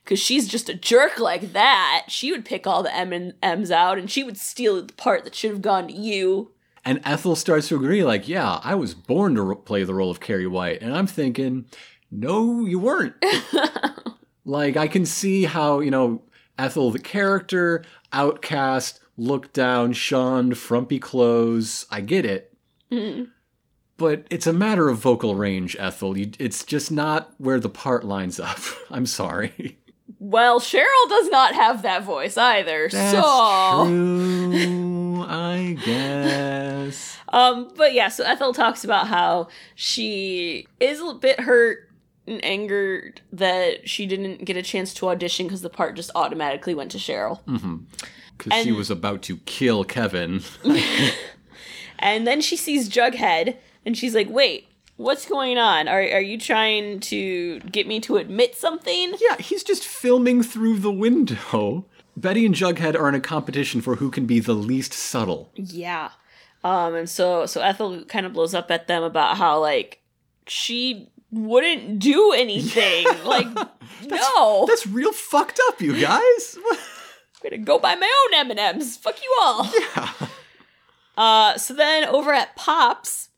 [SPEAKER 2] because she's just a jerk like that. She would pick all the M and M's out, and she would steal the part that should have gone to you."
[SPEAKER 3] And Ethel starts to agree, like, yeah, I was born to ro- play the role of Carrie White. And I'm thinking, no, you weren't. like, I can see how, you know, Ethel, the character, outcast, looked down, shunned, frumpy clothes. I get it. But it's a matter of vocal range, Ethel. You, it's just not where the part lines up. I'm sorry.
[SPEAKER 2] Well, Cheryl does not have that voice either. so
[SPEAKER 3] true, I guess.
[SPEAKER 2] Um, but yeah, so Ethel talks about how she is a bit hurt and angered that she didn't get a chance to audition because the part just automatically went to Cheryl.
[SPEAKER 3] Because she
[SPEAKER 2] And-
[SPEAKER 3] was about to kill Kevin.
[SPEAKER 2] And then she sees Jughead and she's like, wait, what's going on? Are, are you trying to get me to admit something?
[SPEAKER 3] yeah, he's just filming through the window. Betty and Jughead are in a competition for who can be the least subtle.
[SPEAKER 2] Yeah. Um, and so so Ethel kind of blows up at them about how like she wouldn't do anything. like no.
[SPEAKER 3] That's real fucked up, you guys.
[SPEAKER 2] I'm gonna go buy my own M&Ms. Fuck you all. Uh, so then over at Pops,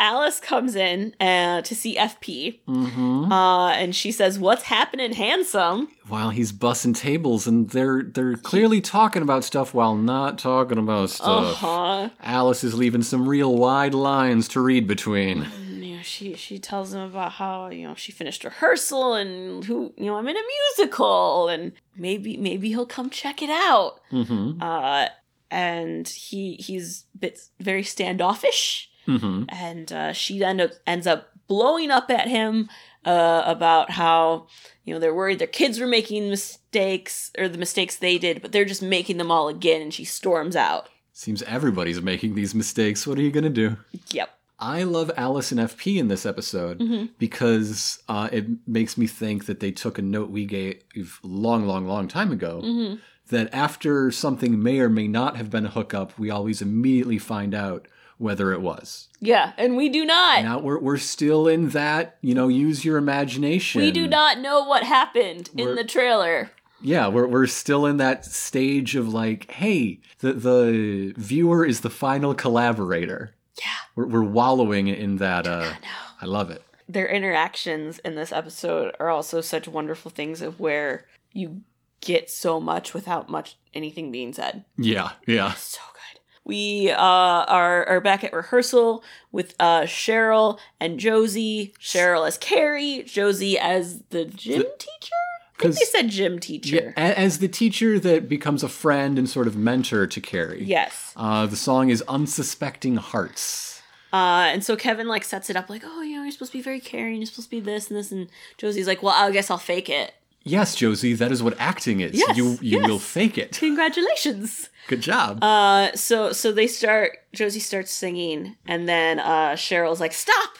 [SPEAKER 2] Alice comes in uh, to see FP,
[SPEAKER 3] mm-hmm.
[SPEAKER 2] uh, and she says, "What's happening, handsome?"
[SPEAKER 3] While he's bussing tables, and they're they're clearly talking about stuff while not talking about
[SPEAKER 2] Uh
[SPEAKER 3] stuff.
[SPEAKER 2] huh.
[SPEAKER 3] Alice is leaving some real wide lines to read between.
[SPEAKER 2] You know, she she tells him about how you know she finished rehearsal and who you know I'm in a musical and maybe maybe he'll come check it out.
[SPEAKER 3] Mm-hmm.
[SPEAKER 2] Uh, and he he's bit very standoffish.
[SPEAKER 3] Mm-hmm.
[SPEAKER 2] and uh, she end up, ends up blowing up at him uh, about how you know they're worried their kids were making mistakes or the mistakes they did, but they're just making them all again, and she storms out.
[SPEAKER 3] Seems everybody's making these mistakes. What are you gonna do?
[SPEAKER 2] Yep.
[SPEAKER 3] I love Alice and FP in this episode
[SPEAKER 2] Mm.
[SPEAKER 3] because uh, it makes me think that they took a note we gave long, long, long time ago
[SPEAKER 2] Mm-hmm.
[SPEAKER 3] that after something may or may not have been a hookup, we always immediately find out whether it was.
[SPEAKER 2] Yeah, and we do not.
[SPEAKER 3] Now we're, we're still in that, you know, use your imagination.
[SPEAKER 2] we do not know what happened in
[SPEAKER 3] We're-
[SPEAKER 2] the trailer.
[SPEAKER 3] Yeah, we're, we're still in that stage of like, hey, the, the viewer is the final collaborator.
[SPEAKER 2] Yeah.
[SPEAKER 3] We're, we're wallowing in that. Uh,
[SPEAKER 2] No.
[SPEAKER 3] I love it.
[SPEAKER 2] Their interactions in this episode are also such wonderful things of where you get so much without much anything being said.
[SPEAKER 3] Yeah, yeah.
[SPEAKER 2] So good. We uh, are are back at rehearsal with uh, Cheryl and Josie. Cheryl as Carrie, Josie as the gym teacher. I think
[SPEAKER 3] Because
[SPEAKER 2] they said gym teacher.
[SPEAKER 3] as the teacher that becomes a friend and sort of mentor to Carrie.
[SPEAKER 2] Yes.
[SPEAKER 3] Uh, the song is "Unsuspecting Hearts."
[SPEAKER 2] Uh, and so Kevin like sets it up like, oh, you know, you're supposed to be very caring. You're supposed to be this and this. And Josie's like, well, I guess I'll fake it.
[SPEAKER 3] Yes, Josie, that is what acting is.
[SPEAKER 2] Yes,
[SPEAKER 3] you you
[SPEAKER 2] yes.
[SPEAKER 3] will fake it.
[SPEAKER 2] Congratulations.
[SPEAKER 3] Good job.
[SPEAKER 2] Uh, so so they start. Josie starts singing, and then uh, Cheryl's like, stop.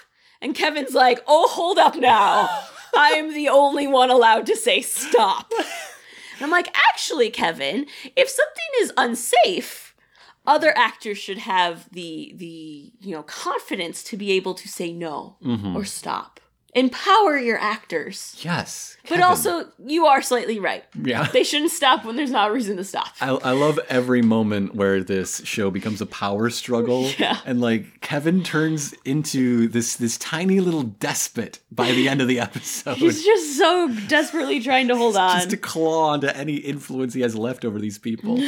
[SPEAKER 2] And Kevin's like, oh, hold up now. I am the only one allowed to say stop. And I'm like, actually, Kevin, if something is unsafe, other actors should have the the you know confidence to be able to say no
[SPEAKER 3] Mm-hmm.
[SPEAKER 2] or stop. Empower your actors.
[SPEAKER 3] yes.
[SPEAKER 2] But
[SPEAKER 3] Kevin.
[SPEAKER 2] also, you are slightly right.
[SPEAKER 3] yeah.
[SPEAKER 2] They shouldn't stop when there's not a reason to stop.
[SPEAKER 3] I, I love every moment where this show becomes a power struggle,
[SPEAKER 2] Yeah.
[SPEAKER 3] and like Kevin turns into this this tiny little despot by the end of the episode,
[SPEAKER 2] He's just so desperately trying to hold on.
[SPEAKER 3] just to claw onto any influence he has left over these people,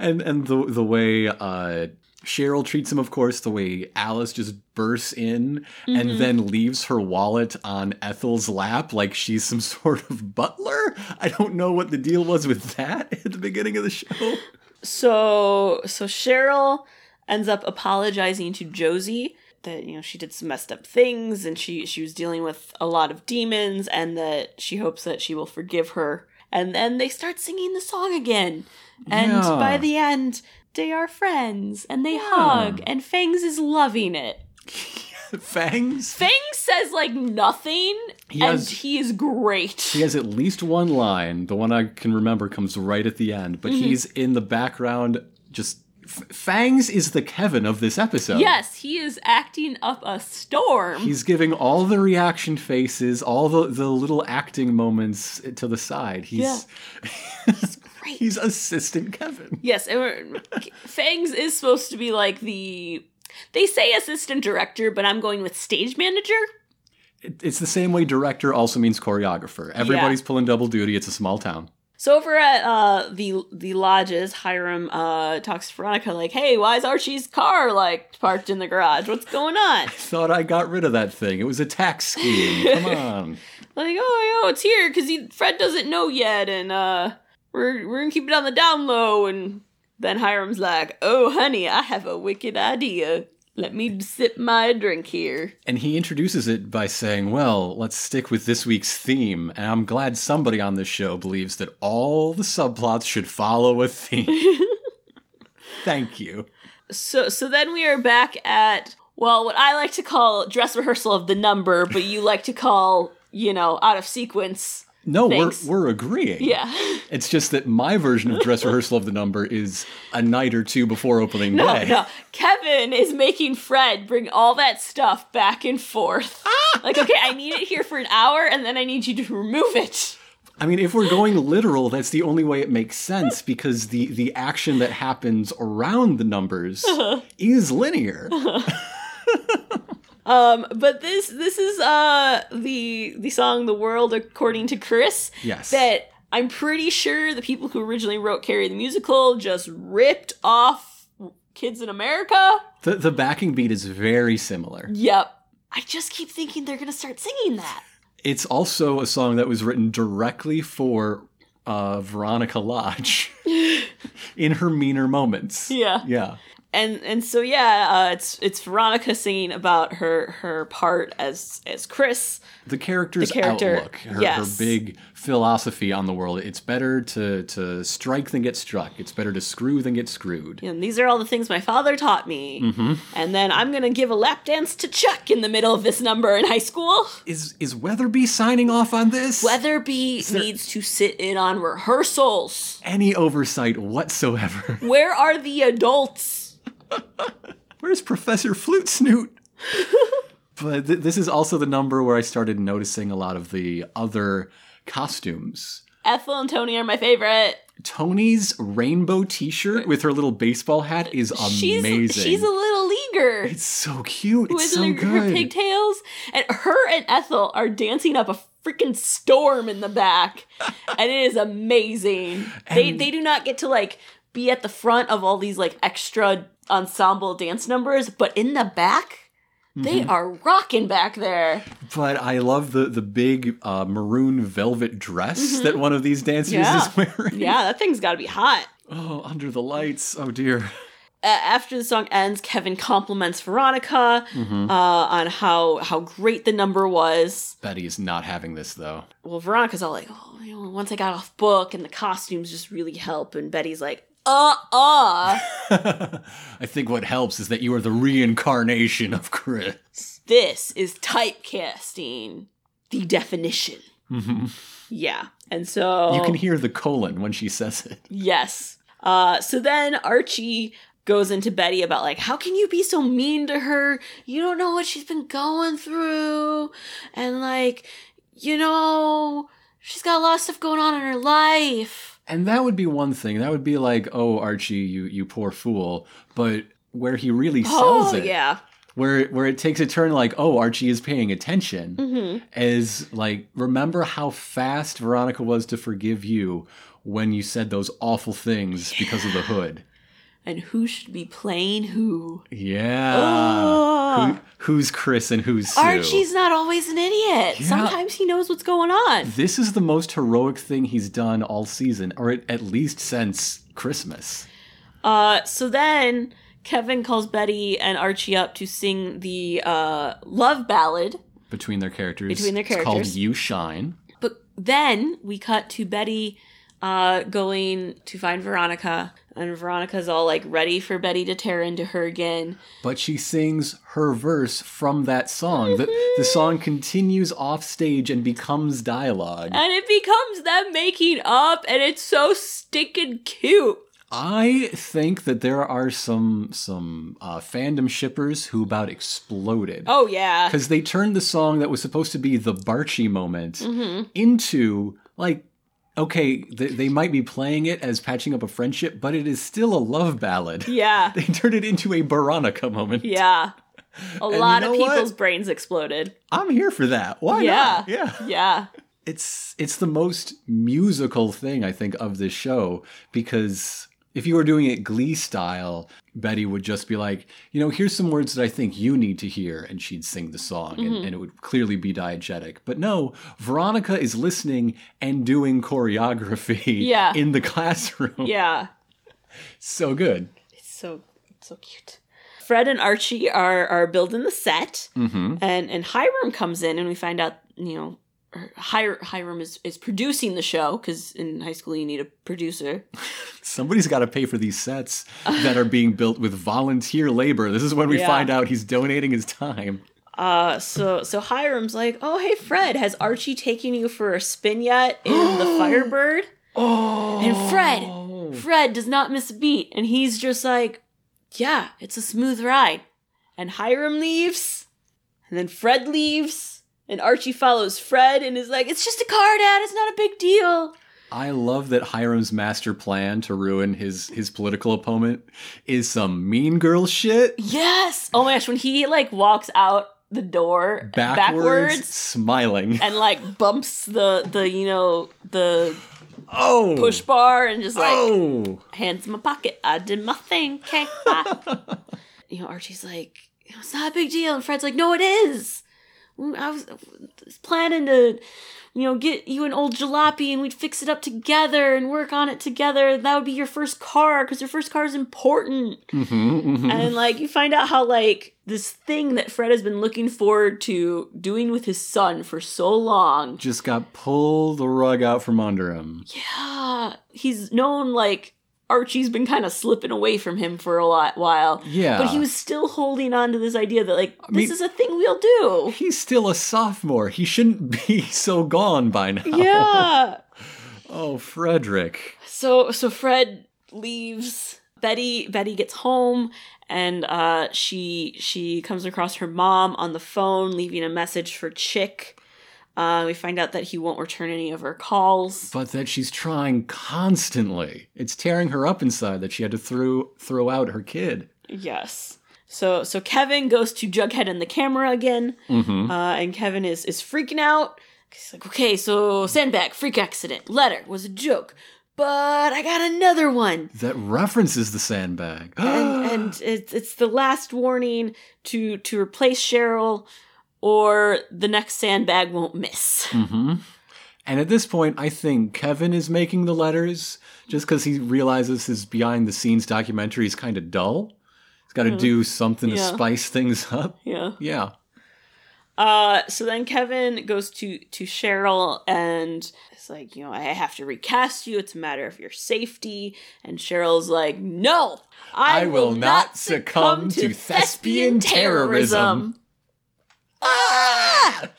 [SPEAKER 3] and and the the way uh, Cheryl treats him, of course, the way Alice just bursts in and then leaves her wallet on Ethel's lap like she's some sort of butler. I don't know what the deal was with that at the beginning of the show.
[SPEAKER 2] so so Cheryl ends up apologizing to Josie that you know she did some messed up things and she she was dealing with a lot of demons and that she hopes that she will forgive her. And then they start singing the song again. And
[SPEAKER 3] Yeah.
[SPEAKER 2] by the end, they are friends and they hug and Fangs is loving it.
[SPEAKER 3] Fangs.
[SPEAKER 2] Fangs says like nothing
[SPEAKER 3] He
[SPEAKER 2] and
[SPEAKER 3] has-
[SPEAKER 2] he is great.
[SPEAKER 3] He has at least one line. The one I can remember comes right at the end, but he's in the background. Just F- Fangs is the Kevin of this episode.
[SPEAKER 2] Yes, he is acting up a storm.
[SPEAKER 3] He's giving all the reaction faces, all the, the little acting moments to the side. He's
[SPEAKER 2] Great.
[SPEAKER 3] he's assistant Kevin.
[SPEAKER 2] Yes, and we're, Fangs is supposed to be like the. They say assistant director, but I'm going with stage manager.
[SPEAKER 3] It- It's the same way director also means choreographer. Everybody's pulling double duty. It's a small town.
[SPEAKER 2] So over at uh, the the lodges, Hiram uh, talks to Veronica like, "Hey, why is Archie's car like parked in the garage? What's going on?"
[SPEAKER 3] Thought I got rid of that thing. It was a tax scheme. Come on.
[SPEAKER 2] like, "Oh, yo, it's here because he, Fred doesn't know yet, and uh, we're we're gonna keep it on the down low." And then Hiram's like, "Oh, honey, I have a wicked idea. Let me sip my drink here."
[SPEAKER 3] And he introduces it by saying, Well, let's stick with this week's theme. And I'm glad somebody on this show believes that all the subplots should follow a theme. Thank you.
[SPEAKER 2] So so then we are back at well, what I like to call dress rehearsal of the number, but you like to call, you know, out of sequence.
[SPEAKER 3] No,
[SPEAKER 2] Thanks.
[SPEAKER 3] we're we're agreeing.
[SPEAKER 2] Yeah.
[SPEAKER 3] It's just that my version of dress rehearsal of the number is a night or two before opening
[SPEAKER 2] No,
[SPEAKER 3] day.
[SPEAKER 2] no. Kevin is making Fred bring all that stuff back and forth. like, okay, I need it here for an hour and then I need you to remove it.
[SPEAKER 3] I mean, if we're going literal, that's the only way it makes sense because the the action that happens around the numbers is linear.
[SPEAKER 2] Um, but this this is uh the the song The World According to Chris.
[SPEAKER 3] Yes.
[SPEAKER 2] That I'm pretty sure the people who originally wrote Carrie the Musical just ripped off Kids in America.
[SPEAKER 3] The the backing beat is very similar.
[SPEAKER 2] Yep. I just keep thinking they're gonna start singing that.
[SPEAKER 3] It's also a song that was written directly for uh, Veronica Lodge in her meaner moments.
[SPEAKER 2] Yeah.
[SPEAKER 3] Yeah.
[SPEAKER 2] And and so yeah, uh, it's it's Veronica singing about her her part as as Chris.
[SPEAKER 3] the character's
[SPEAKER 2] The character,
[SPEAKER 3] outlook, her,
[SPEAKER 2] yes.
[SPEAKER 3] her big philosophy on the world. It's better to to strike than get struck. It's better to screw than get screwed.
[SPEAKER 2] You know, these are all the things my father taught me.
[SPEAKER 3] Mm-hmm.
[SPEAKER 2] And then I'm gonna give a lap dance to Chuck in the middle of this number in high school.
[SPEAKER 3] Is is Weatherby signing off on this?
[SPEAKER 2] Weatherby
[SPEAKER 3] there-
[SPEAKER 2] needs to sit in on rehearsals.
[SPEAKER 3] Any oversight whatsoever?
[SPEAKER 2] Where are the adults?
[SPEAKER 3] Where's Professor Flute Snoot? but th- this is also the number where I started noticing a lot of the other costumes.
[SPEAKER 2] Ethel and Tony are my favorite.
[SPEAKER 3] Tony's rainbow T-shirt with her little baseball hat is
[SPEAKER 2] She's
[SPEAKER 3] amazing.
[SPEAKER 2] she's a little leaguer.
[SPEAKER 3] it's so cute. It's
[SPEAKER 2] with
[SPEAKER 3] so
[SPEAKER 2] her,
[SPEAKER 3] good.
[SPEAKER 2] her pigtails. And her and Ethel are dancing up a freaking storm in the back. and it is amazing. they
[SPEAKER 3] And-
[SPEAKER 2] they do not get to like be at the front of all these like extra ensemble dance numbers, but in the back, they
[SPEAKER 3] Mm-hmm.
[SPEAKER 2] are rocking back there.
[SPEAKER 3] But I love the the big uh, maroon velvet dress that one of these dancers
[SPEAKER 2] Mm-hmm. Yeah.
[SPEAKER 3] is wearing.
[SPEAKER 2] Yeah, that thing's gotta be hot.
[SPEAKER 3] Oh, under the lights. Oh dear.
[SPEAKER 2] a- after the song ends, Kevin compliments Veronica
[SPEAKER 3] Mm-hmm.
[SPEAKER 2] uh, on how how great the number was.
[SPEAKER 3] Betty is not having this though.
[SPEAKER 2] Well, Veronica's all like, "Oh, you know, once I got off book and the costumes just really help." And Betty's like, "Uh, uh,
[SPEAKER 3] I think what helps is that you are the reincarnation of Chris.
[SPEAKER 2] this is typecasting, the definition." Mm-hmm. Yeah, and so
[SPEAKER 3] You can hear the colon when she says it.
[SPEAKER 2] Yes. Uh, so then Archie goes into Betty about like, how can you be so mean to her? You don't know what she's been going through, and like, you know, she's got a lot of stuff going on in her life.
[SPEAKER 3] And that would be one thing. That would be like, oh, Archie, you you poor fool. But where he really sells
[SPEAKER 2] oh
[SPEAKER 3] it,
[SPEAKER 2] yeah,
[SPEAKER 3] where where it takes a turn, like, oh, Archie is paying attention,
[SPEAKER 2] Mhm.
[SPEAKER 3] is like, remember how fast Veronica was to forgive you when you said those awful things because of the hood.
[SPEAKER 2] and who should be playing who?
[SPEAKER 3] Yeah.
[SPEAKER 2] Oh.
[SPEAKER 3] Uh, Who, who's Chris and who's Sue?
[SPEAKER 2] Archie's not always an idiot.
[SPEAKER 3] Yeah.
[SPEAKER 2] Sometimes he knows what's going on.
[SPEAKER 3] This is the most heroic thing he's done all season, or at, at least since Christmas.
[SPEAKER 2] Uh, so then Kevin calls Betty and Archie up to sing the uh, love ballad.
[SPEAKER 3] Between their characters,
[SPEAKER 2] Between their
[SPEAKER 3] it's called
[SPEAKER 2] characters.
[SPEAKER 3] "You Shine."
[SPEAKER 2] But then we cut to Betty uh, going to find Veronica, and Veronica's all like ready for Betty to tear into her again.
[SPEAKER 3] but she sings her verse from that song. The, the song continues off stage and becomes dialogue.
[SPEAKER 2] And it becomes them making up, and it's so stinking cute.
[SPEAKER 3] I think that there are some some uh, fandom shippers who about exploded
[SPEAKER 2] Oh, yeah.
[SPEAKER 3] because they turned the song that was supposed to be the Barchi moment
[SPEAKER 2] Mm-hmm.
[SPEAKER 3] into like. Okay, they, they might be playing it as patching up a friendship, but it is still a love ballad.
[SPEAKER 2] Yeah.
[SPEAKER 3] They turned it into a Veronica moment.
[SPEAKER 2] Yeah. A
[SPEAKER 3] you
[SPEAKER 2] lot of
[SPEAKER 3] know what?
[SPEAKER 2] people's brains exploded.
[SPEAKER 3] I'm here for that. Why
[SPEAKER 2] Yeah.
[SPEAKER 3] not? Yeah.
[SPEAKER 2] Yeah.
[SPEAKER 3] it's it's the most musical thing I think of this show because if you were doing it glee style, Betty would just be like, you know, here's some words that I think you need to hear, and she'd sing the song, and,
[SPEAKER 2] Mm-hmm.
[SPEAKER 3] and it would clearly be diegetic. But no, Veronica is listening and doing choreography
[SPEAKER 2] Yeah.
[SPEAKER 3] in the classroom.
[SPEAKER 2] Yeah.
[SPEAKER 3] So good.
[SPEAKER 2] so so cute. Fred and Archie are are building the set, and and Hiram comes in, and we find out you know er, Hi- Hiram is is producing the show because in high school you need a producer.
[SPEAKER 3] Somebody's got to pay for these sets that are being built with volunteer labor. This is when we
[SPEAKER 2] Yeah.
[SPEAKER 3] find out he's donating his time.
[SPEAKER 2] Uh, so so Hiram's like, oh hey Fred, has Archie taken you for a spin yet in the Firebird?
[SPEAKER 3] Oh.
[SPEAKER 2] And Fred, Fred does not miss a beat, and he's just like, yeah, it's a smooth ride. And Hiram leaves, and then Fred leaves, and Archie follows Fred and is like, it's just a car, Dad. It's not a big deal.
[SPEAKER 3] I love that Hiram's master plan to ruin his his political opponent is some mean girl shit.
[SPEAKER 2] Yes. Oh my gosh, when he like walks out the door
[SPEAKER 3] Backwards,
[SPEAKER 2] backwards
[SPEAKER 3] smiling.
[SPEAKER 2] and like bumps the the you know the
[SPEAKER 3] Oh,
[SPEAKER 2] push bar and just like
[SPEAKER 3] Oh,
[SPEAKER 2] hands in my pocket. I did my thing. Okay, bye. you know, Archie's like, you know, it's not a big deal. And Fred's like, no, it is. I was was planning to, you know, get you an old jalopy and we'd fix it up together and work on it together. That would be your first car because your first car is important.
[SPEAKER 3] Mm-hmm.
[SPEAKER 2] And like, you find out how, like, this thing that Fred has been looking forward to doing with his son for so long
[SPEAKER 3] just got pulled the rug out from under him.
[SPEAKER 2] yeah, he's known like Archie's been kind of slipping away from him for a lot while.
[SPEAKER 3] Yeah.
[SPEAKER 2] But he was still holding on to this idea that like this
[SPEAKER 3] mean-
[SPEAKER 2] is a thing we'll do.
[SPEAKER 3] He's still a sophomore. He shouldn't be so gone by now.
[SPEAKER 2] Yeah.
[SPEAKER 3] Oh, Frederick.
[SPEAKER 2] So so Fred leaves. Betty Betty gets home and uh she she comes across her mom on the phone leaving a message for Chick. Uh, we find out that he won't return any of her calls.
[SPEAKER 3] But that she's trying constantly. It's tearing her up inside that she had to throw throw out her kid.
[SPEAKER 2] Yes. So so Kevin goes to Jughead and the camera again,
[SPEAKER 3] Mhm.
[SPEAKER 2] uh, and Kevin is is freaking out. He's like, okay, so sandbag, freak accident, letter was a joke, but I got another one,
[SPEAKER 3] That references the sandbag.
[SPEAKER 2] and and it's it's the last warning to to replace Cheryl, or the next sandbag won't miss.
[SPEAKER 3] hmm And at this point, I think Kevin is making the letters just because he realizes his behind the scenes documentary is kind of dull. Got to do something to
[SPEAKER 2] Yeah.
[SPEAKER 3] spice things up.
[SPEAKER 2] Yeah.
[SPEAKER 3] Yeah.
[SPEAKER 2] Uh, so then Kevin goes to to Cheryl and it's like, you know, I have to recast you. It's a matter of your safety. And Cheryl's like, No, I, will not succumb to thespian terrorism. Ah!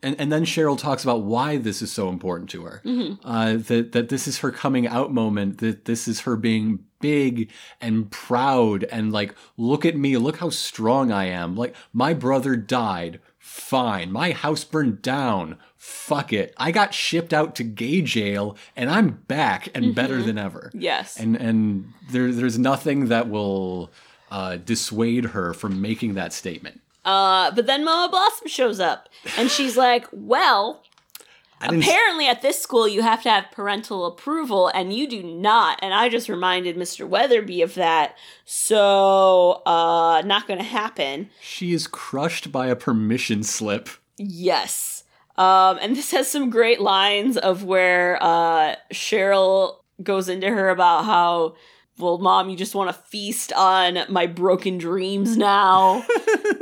[SPEAKER 3] And, and then Cheryl talks about why this is so important to her.
[SPEAKER 2] Mm-hmm.
[SPEAKER 3] Uh, that that this is her coming out moment. That this is her being big and proud and like, look at me, look how strong I am. Like my brother died, fine. My house burned down, fuck it. I got shipped out to gay jail and I'm back and better than ever.
[SPEAKER 2] Mm-hmm. Yes.
[SPEAKER 3] and and there there's nothing that will uh, dissuade her from making that statement.
[SPEAKER 2] Uh, but then Mama Blossom shows up and she's like, Well,
[SPEAKER 3] I didn't,
[SPEAKER 2] apparently at this school you have to have parental approval and you do not. And I just reminded Mr. Weatherby of that. So, uh, not gonna happen.
[SPEAKER 3] she is crushed by a permission slip.
[SPEAKER 2] Yes. Um, and this has some great lines of where uh, Cheryl goes into her about how, well, mom, you just want to feast on my broken dreams now.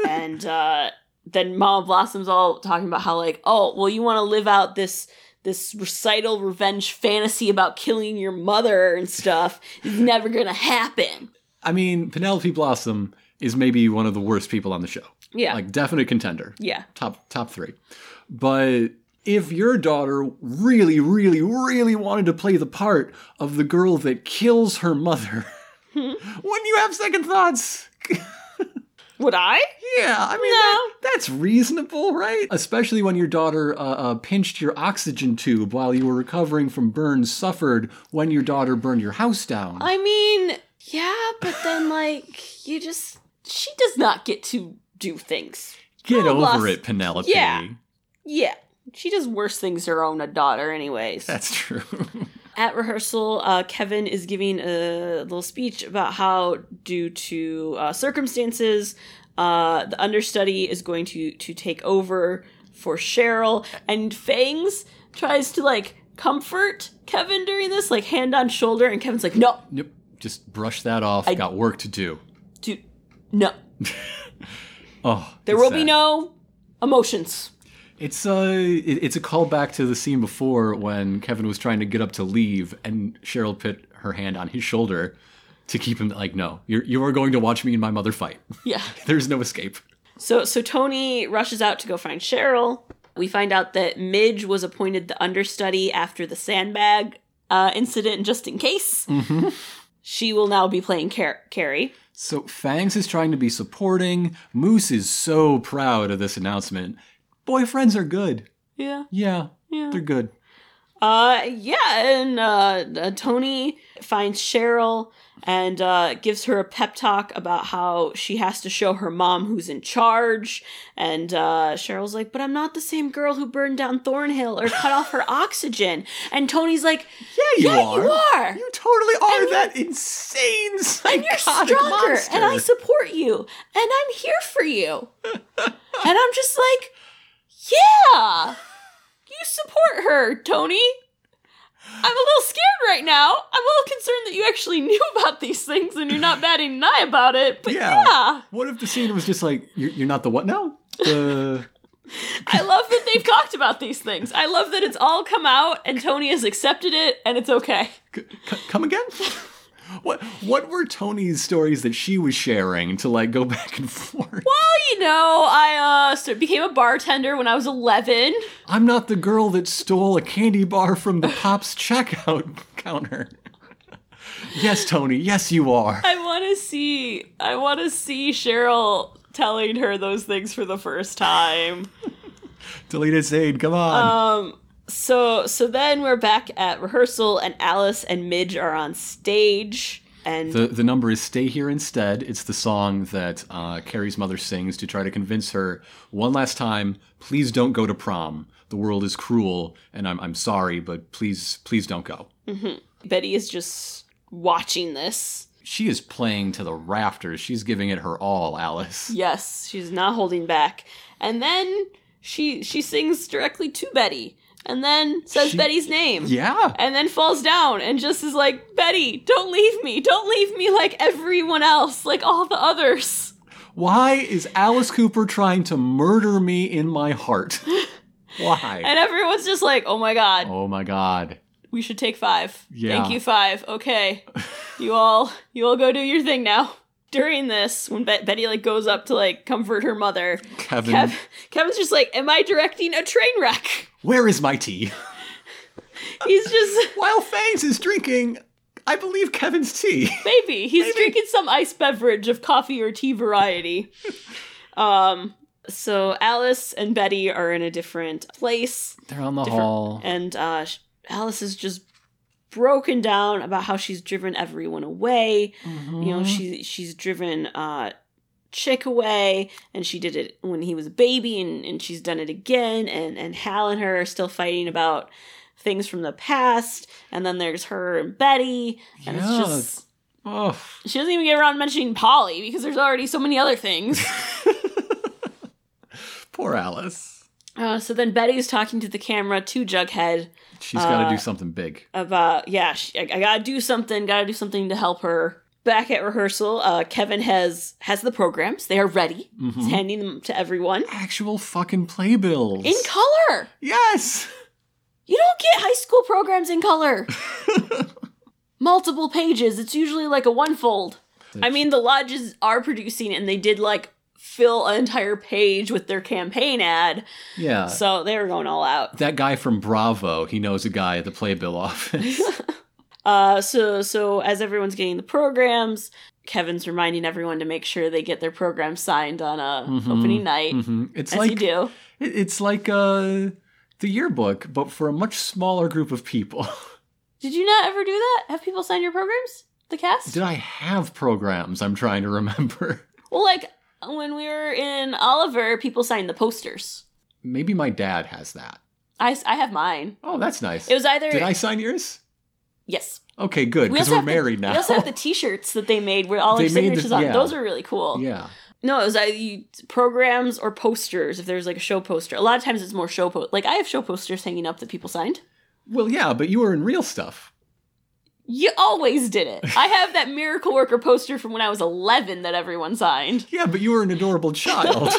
[SPEAKER 2] and uh, then Mama Blossom's all talking about how, like, oh, well, you want to live out this. This recital revenge fantasy about killing your mother and stuff is never gonna happen.
[SPEAKER 3] I mean, Penelope Blossom is maybe one of the worst people on the show.
[SPEAKER 2] Yeah.
[SPEAKER 3] Like definite contender.
[SPEAKER 2] yeah.
[SPEAKER 3] Top top 3. But if your daughter really really really wanted to play the part of the girl that kills her mother, wouldn't you have second thoughts?
[SPEAKER 2] Would I?
[SPEAKER 3] Yeah, I mean,
[SPEAKER 2] No.
[SPEAKER 3] that- that's reasonable, right? Especially when your daughter uh, uh, pinched your oxygen tube while you were recovering from burns suffered when your daughter burned your house down.
[SPEAKER 2] I mean, yeah, but then like you just she does not get to do things.
[SPEAKER 3] Get
[SPEAKER 2] Oh,
[SPEAKER 3] over
[SPEAKER 2] Blossom.
[SPEAKER 3] it, Penelope.
[SPEAKER 2] Yeah. Yeah. She does worse things to her own daughter anyways.
[SPEAKER 3] That's true.
[SPEAKER 2] At rehearsal, uh, Kevin is giving a little speech about how, due to uh, circumstances, uh, the understudy is going to to take over for Cheryl, and Fangs tries to like comfort Kevin during this, like hand on shoulder, and Kevin's like, "No,
[SPEAKER 3] yep. Just brush that off. Got work to do.
[SPEAKER 2] dude, no,
[SPEAKER 3] Oh,
[SPEAKER 2] there
[SPEAKER 3] it's
[SPEAKER 2] will be
[SPEAKER 3] sad.
[SPEAKER 2] no emotions."
[SPEAKER 3] It's a it's a callback to the scene before when Kevin was trying to get up to leave and Cheryl put her hand on his shoulder to keep him like, no, you're you are going to watch me and my mother fight.
[SPEAKER 2] Yeah.
[SPEAKER 3] There's no escape.
[SPEAKER 2] So so Tony rushes out to go find Cheryl. We find out that Midge was appointed the understudy after the sandbag uh, incident, just in case. She will now be playing Car- Carrie.
[SPEAKER 3] So Fangs is trying to be supporting. Moose is so proud of this announcement. Boyfriends are good.
[SPEAKER 2] Yeah,
[SPEAKER 3] Yeah,
[SPEAKER 2] yeah.
[SPEAKER 3] they're good.
[SPEAKER 2] Uh, yeah, and uh, uh, Tony finds Cheryl and uh, gives her a pep talk about how she has to show her mom who's in charge. And uh, Cheryl's like, "But I'm not the same girl who burned down Thornhill or cut off her oxygen." And Tony's like,
[SPEAKER 3] Yeah, you
[SPEAKER 2] "Yeah,
[SPEAKER 3] are.
[SPEAKER 2] you are.
[SPEAKER 3] You totally are that insane
[SPEAKER 2] and you're
[SPEAKER 3] psychotic
[SPEAKER 2] stronger
[SPEAKER 3] monster.
[SPEAKER 2] and i support you and i'm here for you and i'm just like yeah you support her tony i'm a little scared right now i'm a little concerned that you actually knew about these things and you're not batting an eye about it but
[SPEAKER 3] Yeah.
[SPEAKER 2] yeah,
[SPEAKER 3] What if the scene was just like, you're, you're not the what now? The
[SPEAKER 2] i love that they've talked about these things i love that it's all come out and tony has accepted it and it's okay
[SPEAKER 3] c- c- come again? What what were Tony's stories that she was sharing to like go back and forth?
[SPEAKER 2] well Oh, you know i uh st- became a bartender when i was 11
[SPEAKER 3] I'm not the girl that stole a candy bar from the Pops checkout counter. yes, Tony. Yes, you are.
[SPEAKER 2] I want to see. I want to see Cheryl telling her those things for the first time.
[SPEAKER 3] Deleted Zane. Come
[SPEAKER 2] Oh,
[SPEAKER 3] on.
[SPEAKER 2] So, so then we're back at rehearsal, and Alice and Midge are on stage, and
[SPEAKER 3] the the number is "Stay Here Instead." It's the song that uh, Carrie's mother sings to try to convince her one last time. Please don't go to prom. The world is cruel, and I'm I'm sorry, but please please don't go.
[SPEAKER 2] Betty is just watching this.
[SPEAKER 3] She is playing to the rafters. She's giving it her all, Alice.
[SPEAKER 2] Yes, she's not holding back. And then she she sings directly to Betty. and then says
[SPEAKER 3] She-
[SPEAKER 2] Betty's name.
[SPEAKER 3] Yeah.
[SPEAKER 2] And then falls down and just is like, Betty, don't leave me. Don't leave me like everyone else, like all the others.
[SPEAKER 3] Why is Alice Cooper trying to murder me in my heart? Why?
[SPEAKER 2] And everyone's just like, oh my God,
[SPEAKER 3] Oh my god.
[SPEAKER 2] we should take five.
[SPEAKER 3] Yeah.
[SPEAKER 2] Thank you, five. Okay. you all, you all go do your thing now. During this, when Bet Betty like goes up to like comfort her mother,
[SPEAKER 3] Kevin,
[SPEAKER 2] Kev- Kevin's just like, am I directing a train wreck?
[SPEAKER 3] where is my tea?
[SPEAKER 2] He's just,
[SPEAKER 3] While Fangs is drinking, I believe Kevin's tea.
[SPEAKER 2] Maybe he's
[SPEAKER 3] Maybe.
[SPEAKER 2] drinking some ice beverage of coffee or tea variety. um, so Alice and Betty are in a different place,
[SPEAKER 3] They're on the
[SPEAKER 2] Different-
[SPEAKER 3] hall.
[SPEAKER 2] and uh, sh- Alice is just broken down about how she's driven everyone away. You
[SPEAKER 3] Mm-hmm.
[SPEAKER 2] know, she she's driven uh, Chick away, and she did it when he was a baby, and, and she's done it again. And and Hal and her are still fighting about things from the past, and then there's her and Betty, and
[SPEAKER 3] Yeah.
[SPEAKER 2] it's just.
[SPEAKER 3] Ugh.
[SPEAKER 2] She doesn't even get around mentioning Polly because there's already so many other things.
[SPEAKER 3] poor Alice.
[SPEAKER 2] uh, so then Betty's talking to the camera to Jughead
[SPEAKER 3] She's got to
[SPEAKER 2] Uh,
[SPEAKER 3] do something big.
[SPEAKER 2] about, yeah, she, I, I gotta do something, gotta do something to help her. Back at rehearsal, uh, Kevin has has the programs. They are ready. He's handing them to everyone
[SPEAKER 3] Actual fucking playbills.
[SPEAKER 2] in color.
[SPEAKER 3] yes.
[SPEAKER 2] You don't get high school programs in color. Multiple pages. It's usually like a one fold. I mean, the lodges are producing, and they did like fill an entire page with their campaign ad.
[SPEAKER 3] Yeah.
[SPEAKER 2] So they were going all out.
[SPEAKER 3] that guy from Bravo, he knows a guy at the playbill office.
[SPEAKER 2] Uh, so so as everyone's getting the programs, Kevin's reminding everyone to make sure they get their program signed on a
[SPEAKER 3] Mhm.
[SPEAKER 2] opening night,
[SPEAKER 3] Mhm. It's
[SPEAKER 2] as
[SPEAKER 3] like
[SPEAKER 2] you do.
[SPEAKER 3] It- It's like uh, the yearbook, but for a much smaller group of people.
[SPEAKER 2] Did you not ever do that? Have people sign your programs? The cast?
[SPEAKER 3] Did I have programs? I'm trying to remember.
[SPEAKER 2] well, like when we were in Oliver, people signed the posters.
[SPEAKER 3] Maybe my dad has that.
[SPEAKER 2] I, s- I have mine.
[SPEAKER 3] Oh, that's nice.
[SPEAKER 2] It was either
[SPEAKER 3] Did I sign yours?
[SPEAKER 2] yes.
[SPEAKER 3] Okay, good, because
[SPEAKER 2] also
[SPEAKER 3] we're
[SPEAKER 2] have the-
[SPEAKER 3] married now.
[SPEAKER 2] We also have the T-shirts that they made with all
[SPEAKER 3] They
[SPEAKER 2] their
[SPEAKER 3] made the-
[SPEAKER 2] signatures on.
[SPEAKER 3] yeah.
[SPEAKER 2] Those are really cool.
[SPEAKER 3] yeah.
[SPEAKER 2] No, it was either you- programs or posters. If there's like a show poster, a lot of times it's more show po- Like I have show posters hanging up that people signed.
[SPEAKER 3] Well, yeah, but you were in real stuff.
[SPEAKER 2] You always did it. I have that miracle worker poster from when I was 11 that everyone signed.
[SPEAKER 3] Yeah, but you were an adorable child.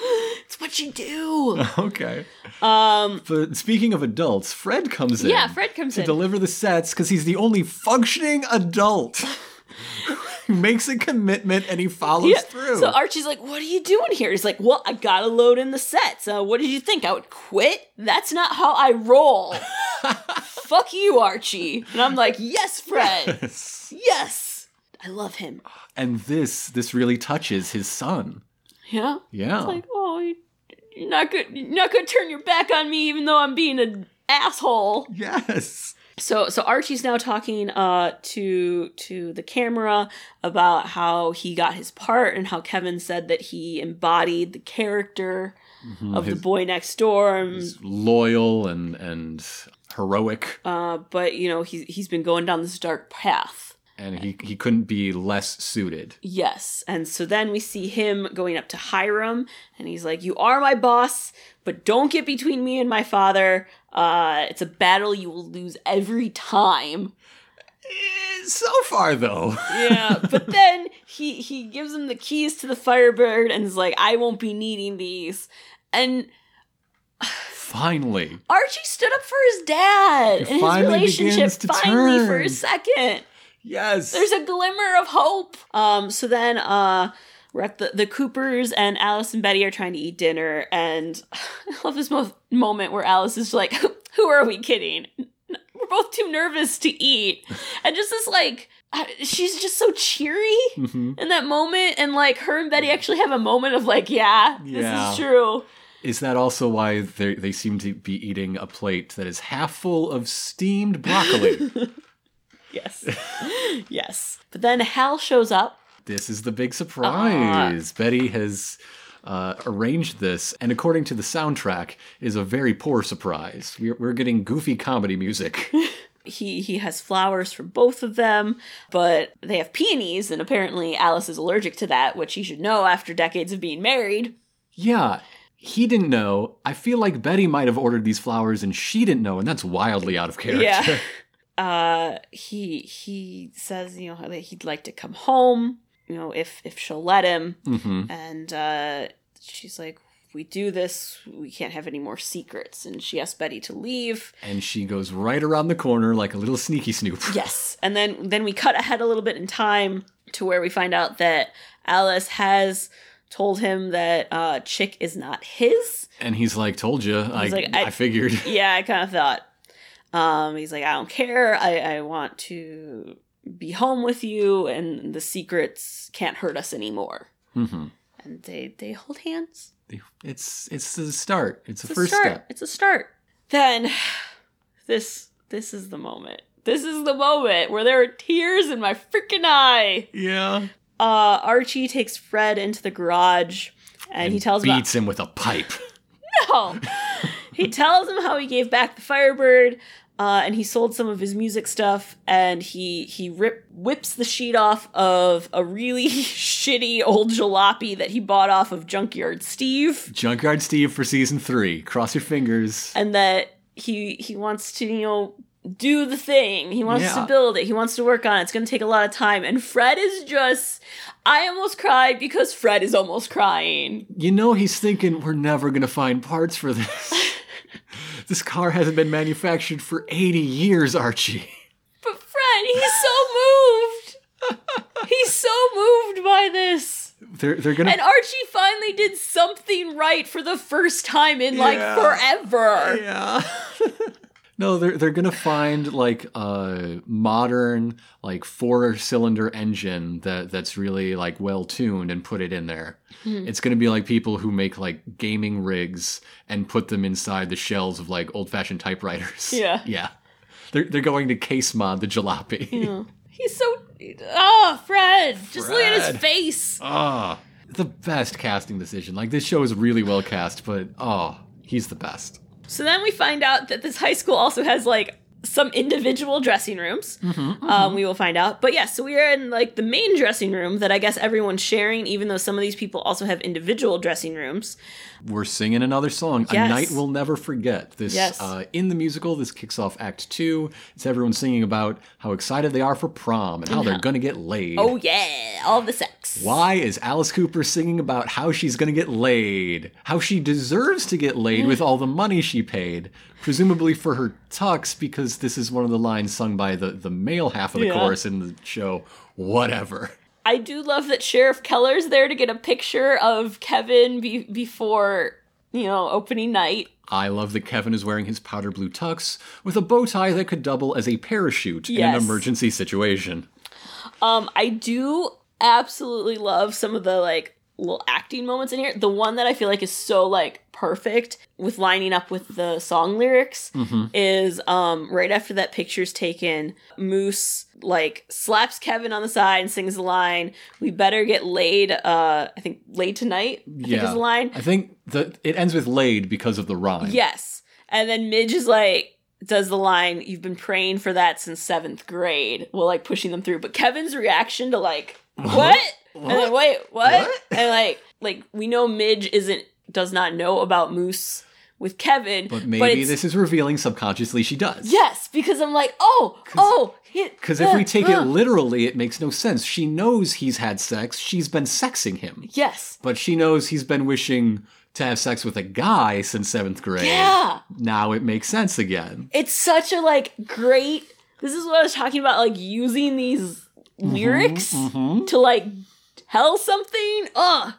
[SPEAKER 2] It's what you do.
[SPEAKER 3] okay.
[SPEAKER 2] Um,
[SPEAKER 3] But speaking of adults, Fred comes in.
[SPEAKER 2] yeah, Fred comes
[SPEAKER 3] to
[SPEAKER 2] in.
[SPEAKER 3] deliver the sets because he's the only functioning adult. He makes a commitment and he follows
[SPEAKER 2] Yeah.
[SPEAKER 3] through.
[SPEAKER 2] So Archie's like, "What are you doing here?" He's like, "Well, I gotta load in the sets. Uh, what did you think? I would quit? That's not how I roll." Fuck you, Archie. And I'm like, "Yes, Fred. yes, I love him."
[SPEAKER 3] and this this really touches his son.
[SPEAKER 2] Yeah.
[SPEAKER 3] Yeah.
[SPEAKER 2] It's like, oh, you- you're not good. You're not gonna turn your back on me, even though I'm being an asshole.
[SPEAKER 3] yes.
[SPEAKER 2] So, so Archie's now talking uh, to to the camera about how he got his part and how Kevin said that he embodied the character of
[SPEAKER 3] his-
[SPEAKER 2] the boy next door. Um, and,
[SPEAKER 3] He's loyal and and heroic
[SPEAKER 2] uh, but you know, he's he's been going down this dark path.
[SPEAKER 3] and he he couldn't be less suited.
[SPEAKER 2] Yes. And so then we see him going up to Hiram and he's like, You are my boss, but don't get between me and my father. Uh, it's a battle you will lose every time.
[SPEAKER 3] Eh, So far though.
[SPEAKER 2] Yeah. but then he he gives him the keys to the firebird and is like, I won't be needing these. And
[SPEAKER 3] Finally.
[SPEAKER 2] Archie stood up for his dad and
[SPEAKER 3] It
[SPEAKER 2] his
[SPEAKER 3] finally
[SPEAKER 2] relationship
[SPEAKER 3] begins to
[SPEAKER 2] finally for
[SPEAKER 3] turn.
[SPEAKER 2] a second.
[SPEAKER 3] Yes.
[SPEAKER 2] There's a glimmer of hope. Um, so then uh we're at the, the Coopers and Alice and Betty are trying to eat dinner and I love this mo- moment where Alice is like, who are we kidding? We're both too nervous to eat. And just this like I- she's just so cheery
[SPEAKER 3] Mhm.
[SPEAKER 2] in that moment and like her and Betty actually have a moment of like, yeah,
[SPEAKER 3] Yeah.
[SPEAKER 2] this is true.
[SPEAKER 3] Is that also why they they seem to be eating a plate that is half full of steamed broccoli?
[SPEAKER 2] Yes. yes. But then Hal shows up.
[SPEAKER 3] This is the big surprise. Betty has uh, arranged this, and according to the soundtrack, is a very poor surprise. We're, we're getting goofy comedy music.
[SPEAKER 2] he he has flowers for both of them, but they have peonies, and apparently Alice is allergic to that, which he should know after decades of being married.
[SPEAKER 3] yeah, he didn't know. I feel like Betty might have ordered these flowers and she didn't know, and that's wildly out of character.
[SPEAKER 2] Yeah. Uh, he he says you know that he'd like to come home. You know if if she'll let him.
[SPEAKER 3] hmm
[SPEAKER 2] And uh, she's like, "If "We do this. We can't have any more secrets." And she asks Betty to leave.
[SPEAKER 3] And she goes right around the corner like a little sneaky snoop.
[SPEAKER 2] Yes. And then then we cut ahead a little bit in time to where we find out that Alice has told him that uh, Chick is not his.
[SPEAKER 3] And he's like, "Told you, I,
[SPEAKER 2] like,
[SPEAKER 3] I,
[SPEAKER 2] I-
[SPEAKER 3] figured."
[SPEAKER 2] Yeah, I kind of thought. Um, he's like, I don't care. I, I want to be home with you, and the secrets can't hurt us anymore.
[SPEAKER 3] hmm
[SPEAKER 2] And they they hold hands.
[SPEAKER 3] It's it's the start. It's the
[SPEAKER 2] It's a
[SPEAKER 3] first
[SPEAKER 2] start.
[SPEAKER 3] step.
[SPEAKER 2] It's a start. Then this this is the moment. This is the moment where there are tears in my freaking eye.
[SPEAKER 3] Yeah.
[SPEAKER 2] uh, Archie takes Fred into the garage and, he tells him
[SPEAKER 3] beats him with a pipe.
[SPEAKER 2] no. he tells him how he gave back the Firebird uh, and he sold some of his music stuff and he he rip, whips the sheet off of a really shitty old jalopy that he bought off of Junkyard Steve
[SPEAKER 3] Junkyard Steve for season three. Cross your fingers.
[SPEAKER 2] and that he he wants to you know do the thing he wants
[SPEAKER 3] Yeah.
[SPEAKER 2] to build it he wants to work on it it's going to take a lot of time and fred is just i almost cried because fred is almost crying
[SPEAKER 3] You know he's thinking we're never gonna find parts for this. this car hasn't been manufactured for eighty years, Archie.
[SPEAKER 2] But Fred, he's so moved. he's so moved by this.
[SPEAKER 3] They're they're gonna
[SPEAKER 2] And Archie finally did something right for the first time in like
[SPEAKER 3] Yeah.
[SPEAKER 2] forever.
[SPEAKER 3] Yeah. no, they're they're gonna find like a modern like four cylinder engine that that's really like well tuned and put it in there. It's gonna be like people who make like gaming rigs and put them inside the shells of like old fashioned typewriters.
[SPEAKER 2] Yeah.
[SPEAKER 3] Yeah. They're they're going to case mod the jalopy.
[SPEAKER 2] He's so Oh, Fred. Just look at
[SPEAKER 3] Fred.
[SPEAKER 2] his face.
[SPEAKER 3] Ah. the best casting decision. Like this show is really well cast, but oh, he's the best.
[SPEAKER 2] So then we find out that this high school also has like some individual dressing rooms.
[SPEAKER 3] Mm-hmm,
[SPEAKER 2] Um, we will find out. But yes, so we are in like the main dressing room that I guess everyone's sharing, even though some of these people also have individual dressing rooms.
[SPEAKER 3] We're singing another song, A
[SPEAKER 2] Yes.
[SPEAKER 3] Night We'll Never Forget. This
[SPEAKER 2] Yes.
[SPEAKER 3] uh, in the musical, this kicks off Act Two. It's everyone singing about how excited they are for prom and how they're gonna get laid.
[SPEAKER 2] Oh yeah, all the sex.
[SPEAKER 3] Why is Alice Cooper singing about how she's gonna get laid? How she deserves to get laid with all the money she paid, presumably for her tux, because this is one of the lines sung by the, the male half of the
[SPEAKER 2] Yeah.
[SPEAKER 3] chorus in the show. Whatever.
[SPEAKER 2] I do love that Sheriff Keller's there to get a picture of Kevin be- before, you know, opening night.
[SPEAKER 3] I love that Kevin is wearing his powder blue tux with a bow tie that could double as a parachute in an
[SPEAKER 2] Yes.
[SPEAKER 3] emergency situation.
[SPEAKER 2] Um, I do absolutely love some of the like little acting moments in here. The one that I feel like is so like perfect with lining up with the song lyrics is um right after that picture's taken, Moose like slaps Kevin on the side and sings the line, "We better get laid." Uh, I think laid tonight. I think is the line.
[SPEAKER 3] I think that it ends with laid because of the rhyme.
[SPEAKER 2] Yes. And then Midge is like, does the line, you've been praying for that since seventh grade. Well, like pushing them through. But Kevin's reaction to like, what? And then wait, what?
[SPEAKER 3] What?
[SPEAKER 2] And like, like we know Midge isn't does not know about Moose with Kevin.
[SPEAKER 3] But maybe
[SPEAKER 2] it's-
[SPEAKER 3] this is revealing subconsciously she does.
[SPEAKER 2] Yes, because I'm like, oh, oh, uh,
[SPEAKER 3] Because if we take it literally, it makes no sense. She knows he's had sex, she's been sexing him.
[SPEAKER 2] Yes.
[SPEAKER 3] But she knows he's been wishing to have sex with a guy since seventh grade.
[SPEAKER 2] Yeah.
[SPEAKER 3] Now it makes sense again.
[SPEAKER 2] It's such a like great this is what I was talking about, like using these lyrics
[SPEAKER 3] Mm-hmm.
[SPEAKER 2] to like tell something. Ugh.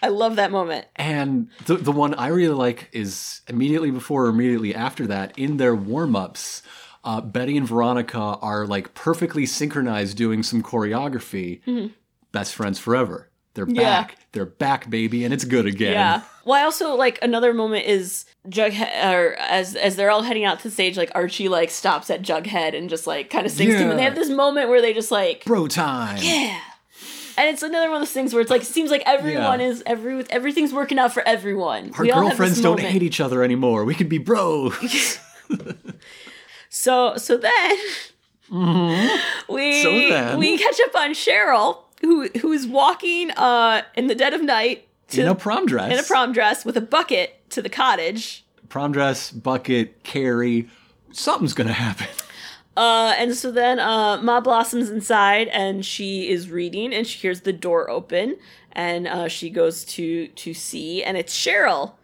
[SPEAKER 2] I love that moment.
[SPEAKER 3] And the the one I really like is immediately before or immediately after that in their warm ups. Uh, Betty and Veronica are like perfectly synchronized doing some choreography. Best friends forever. They're
[SPEAKER 2] Mm-hmm. Yeah.
[SPEAKER 3] back. They're back, baby, and it's good again.
[SPEAKER 2] Yeah. Well, I also like another moment is Jughead, or as as they're all heading out to the stage, like Archie like stops at Jughead and just like kind of sings to him, and they
[SPEAKER 3] Yeah.
[SPEAKER 2] have this moment where they just like,
[SPEAKER 3] Bro time.
[SPEAKER 2] yeah. And it's another one of those things where it's like it seems like everyone is every everything's working out for everyone.
[SPEAKER 3] Our
[SPEAKER 2] We all have this
[SPEAKER 3] girlfriends don't
[SPEAKER 2] moment.
[SPEAKER 3] hate each other anymore. We could be bro.
[SPEAKER 2] So so then we
[SPEAKER 3] Mm-hmm. So then-
[SPEAKER 2] we catch up on Cheryl who who is walking uh in the dead of night to
[SPEAKER 3] in a prom dress.
[SPEAKER 2] in a prom dress with a bucket to the cottage.
[SPEAKER 3] Prom dress, bucket, carry. Something's gonna happen.
[SPEAKER 2] Uh, and so then uh, Ma blossoms inside, and she is reading, and she hears the door open, and uh, she goes to to see, and it's Cheryl,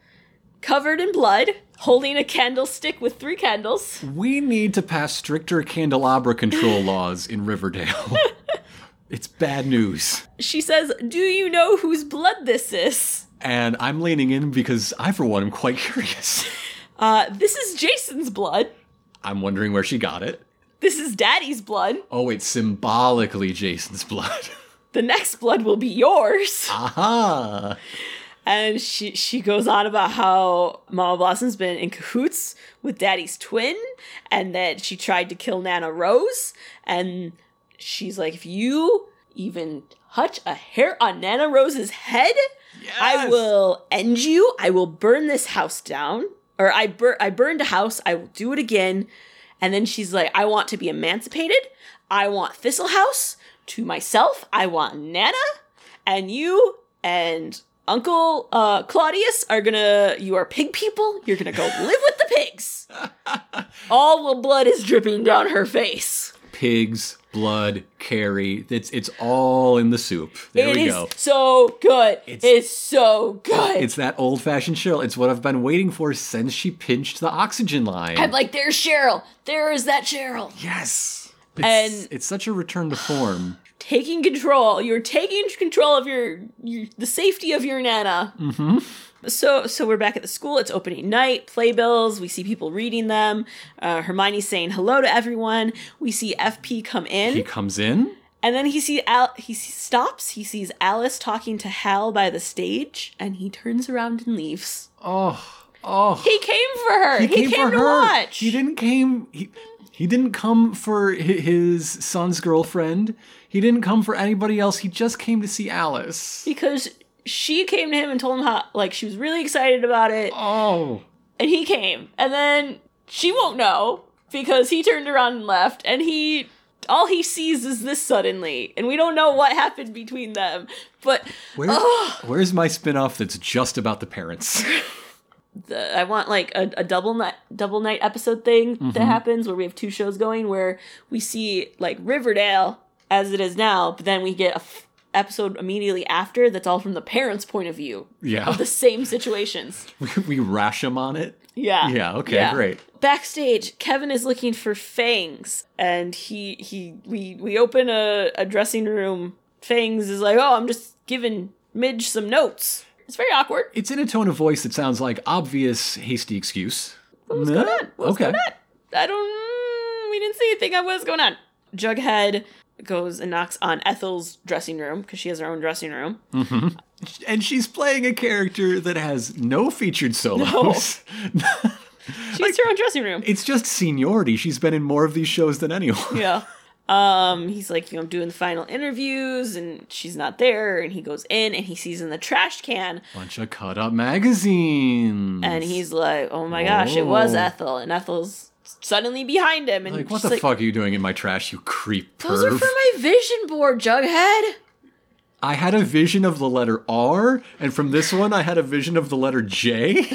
[SPEAKER 2] covered in blood, holding a candlestick with three candles.
[SPEAKER 3] We need to pass stricter candelabra control laws in Riverdale. it's bad news.
[SPEAKER 2] She says, "Do you know whose blood this is?"
[SPEAKER 3] And I'm leaning in because I, for one, am quite curious.
[SPEAKER 2] Uh, this is Jason's blood.
[SPEAKER 3] I'm wondering where she got it.
[SPEAKER 2] This is Daddy's blood.
[SPEAKER 3] Oh, it's symbolically Jason's blood.
[SPEAKER 2] The next blood will be yours.
[SPEAKER 3] Aha!
[SPEAKER 2] And she she goes on about how Mama Blossom's been in cahoots with Daddy's twin, and that she tried to kill Nana Rose. And she's like, if you even touch a hair on Nana Rose's head, I will end you. I will burn this house down, or I bur- I burned a house. I will do it again. And then she's like, I want to be emancipated. I want Thistle House to myself. I want Nana, and you and Uncle uh, Claudius are gonna. You are pig people. You're gonna go live with the pigs. All while blood is dripping down her face.
[SPEAKER 3] Pigs, blood, carry. It's it's all in the soup. There
[SPEAKER 2] It
[SPEAKER 3] we
[SPEAKER 2] is
[SPEAKER 3] go.
[SPEAKER 2] so good.
[SPEAKER 3] It's-
[SPEAKER 2] It's, so good.
[SPEAKER 3] It's that old fashioned Cheryl. It's what I've been waiting for since she pinched the oxygen line.
[SPEAKER 2] I'm like, there's Cheryl. There is that Cheryl.
[SPEAKER 3] yes. It's,
[SPEAKER 2] And-
[SPEAKER 3] it's such a return to form.
[SPEAKER 2] taking control. You're taking control of your, your the safety of your nana. Mm-hmm. So so we're back at the school. It's opening night. Playbills. We see people reading them. Uh, Hermione's saying hello to everyone. We see FP come in,
[SPEAKER 3] He comes in.
[SPEAKER 2] and then he see Al. He s- stops. He sees Alice talking to Hal by the stage, and he turns around and leaves.
[SPEAKER 3] Oh, oh.
[SPEAKER 2] He came for her. He, came, to watch.
[SPEAKER 3] He didn't came. He, he didn't come for hi- his son's girlfriend. He didn't come for anybody else. He just came to see Alice.
[SPEAKER 2] because she came to him and told him how like she was really excited about it.
[SPEAKER 3] Oh,
[SPEAKER 2] and he came and then she won't know because he turned around and left and he all he sees is this suddenly and we don't know what happened between them but
[SPEAKER 3] where where's my spinoff that's just about the parents?
[SPEAKER 2] the, i want like a, a double night double night episode thing that happens where we have two shows going where we see like riverdale as it is now but then we get a f- episode immediately after that's all from the parents point of view
[SPEAKER 3] Yeah,
[SPEAKER 2] of the same situations
[SPEAKER 3] we, we rash him on it.
[SPEAKER 2] yeah
[SPEAKER 3] Yeah. Okay. Great.
[SPEAKER 2] backstage kevin is looking for fangs and he he we we open a, a dressing room fangs is like oh i'm just giving midge some notes it's very awkward
[SPEAKER 3] It's in a tone of voice that sounds like obvious hasty excuse.
[SPEAKER 2] what's
[SPEAKER 3] Nah,
[SPEAKER 2] going on what's
[SPEAKER 3] okay.
[SPEAKER 2] going on i don't we didn't see anything on what's going on jughead goes and knocks on ethel's dressing room because she has her own dressing room
[SPEAKER 3] And she's playing a character that has no featured solos.
[SPEAKER 2] she has her own dressing room
[SPEAKER 3] It's just seniority. She's been in more of these shows than anyone.
[SPEAKER 2] yeah. Um, he's like, you know, doing the final interviews, and she's not there. And he goes in, and he sees in the trash can
[SPEAKER 3] Bunch of cut up magazines.
[SPEAKER 2] And he's like, "Oh my gosh, it was
[SPEAKER 3] Whoa.
[SPEAKER 2] Ethel." And Ethel's suddenly behind him, and
[SPEAKER 3] like, what
[SPEAKER 2] she's
[SPEAKER 3] the fuck are you doing in my trash, you creep
[SPEAKER 2] Those are
[SPEAKER 3] perv?
[SPEAKER 2] for my vision board, Jughead.
[SPEAKER 3] I had a vision of the letter R, and from this one, I had a vision of the letter J.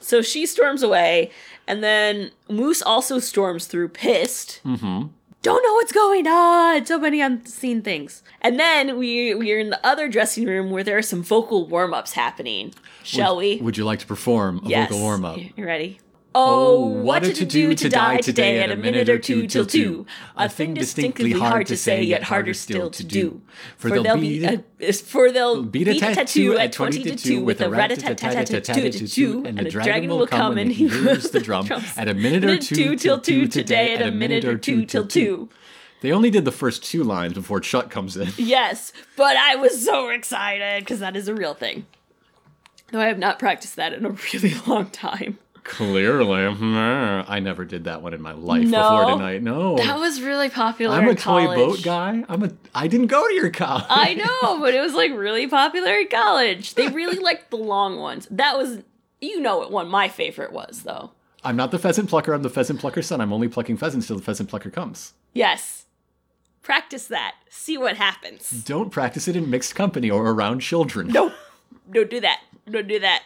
[SPEAKER 2] So she storms away, and then Moose also storms through, pissed. Mm-hmm. Don't know what's going on. So many unseen things. And then we we are in the other dressing room where there are some vocal warm ups happening. Shall we?
[SPEAKER 3] Would you like to perform a vocal warm up?
[SPEAKER 2] You ready? Oh, what did you do to die today at a minute or two till two? A thing distinctly hard to say, yet harder still to do. For they'll be a, is- for they'll beat a tattoo at twenty to two with a rat a tat tat tat tat to two, and the dragon will come and he hears the drum
[SPEAKER 3] At a minute or two till two today, at a minute or two till two. They only did the first two lines before Chuck comes in.
[SPEAKER 2] Yes, but I was so excited because that is a real thing. Though I have not practiced that in a really long time.
[SPEAKER 3] Clearly, Hmm. I never did that one in my life
[SPEAKER 2] No.
[SPEAKER 3] before tonight. No,
[SPEAKER 2] That was really popular.
[SPEAKER 3] I'm a
[SPEAKER 2] in
[SPEAKER 3] toy
[SPEAKER 2] college.
[SPEAKER 3] boat guy. I'm a. I didn't go to your college.
[SPEAKER 2] I know, but it was like really popular in college. They really liked the long ones. That was, you know, what one my favorite was though.
[SPEAKER 3] I'm not the pheasant plucker. I'm the pheasant plucker's son. I'm only plucking pheasants till the pheasant plucker comes.
[SPEAKER 2] Yes, practice that. See what happens.
[SPEAKER 3] Don't practice it in mixed company or around children.
[SPEAKER 2] Nope. don't do that. Don't do that.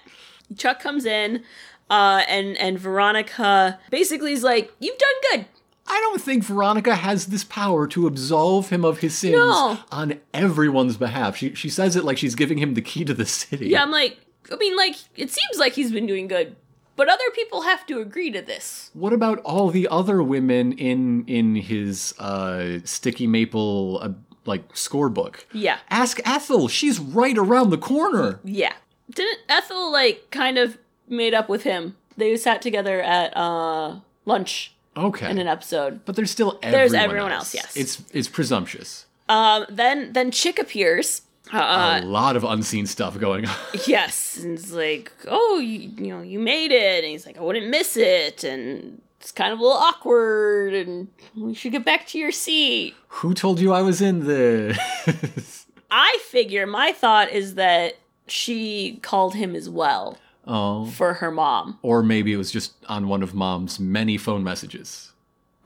[SPEAKER 2] Chuck comes in, uh, and and Veronica basically is like, "You've done good.
[SPEAKER 3] I don't think Veronica has this power to absolve him of his sins
[SPEAKER 2] No.
[SPEAKER 3] on everyone's behalf. She she says it like she's giving him the key to the city.
[SPEAKER 2] Yeah, I'm like, I mean, like, it seems like he's been doing good, but other people have to agree to this.
[SPEAKER 3] What about all the other women in in his uh, sticky maple uh, like scorebook?
[SPEAKER 2] Yeah.
[SPEAKER 3] Ask Ethel. She's right around the corner.
[SPEAKER 2] Yeah. Didn't Ethel, like, kind of made up with him? They sat together at uh, lunch
[SPEAKER 3] Okay.
[SPEAKER 2] in an episode.
[SPEAKER 3] but there's still everyone
[SPEAKER 2] There's everyone else, yes.
[SPEAKER 3] It's it's presumptuous.
[SPEAKER 2] Um, then, then Chick appears. Uh,
[SPEAKER 3] a lot of unseen stuff going on.
[SPEAKER 2] yes. And it's like, oh, you, you know, you made it. And he's like, I wouldn't miss it. And it's kind of a little awkward. And we should get back to your seat.
[SPEAKER 3] Who told you I was in this?
[SPEAKER 2] I figure my thought is that she called him as well
[SPEAKER 3] oh,
[SPEAKER 2] for her mom.
[SPEAKER 3] or maybe it was just on one of mom's many phone messages.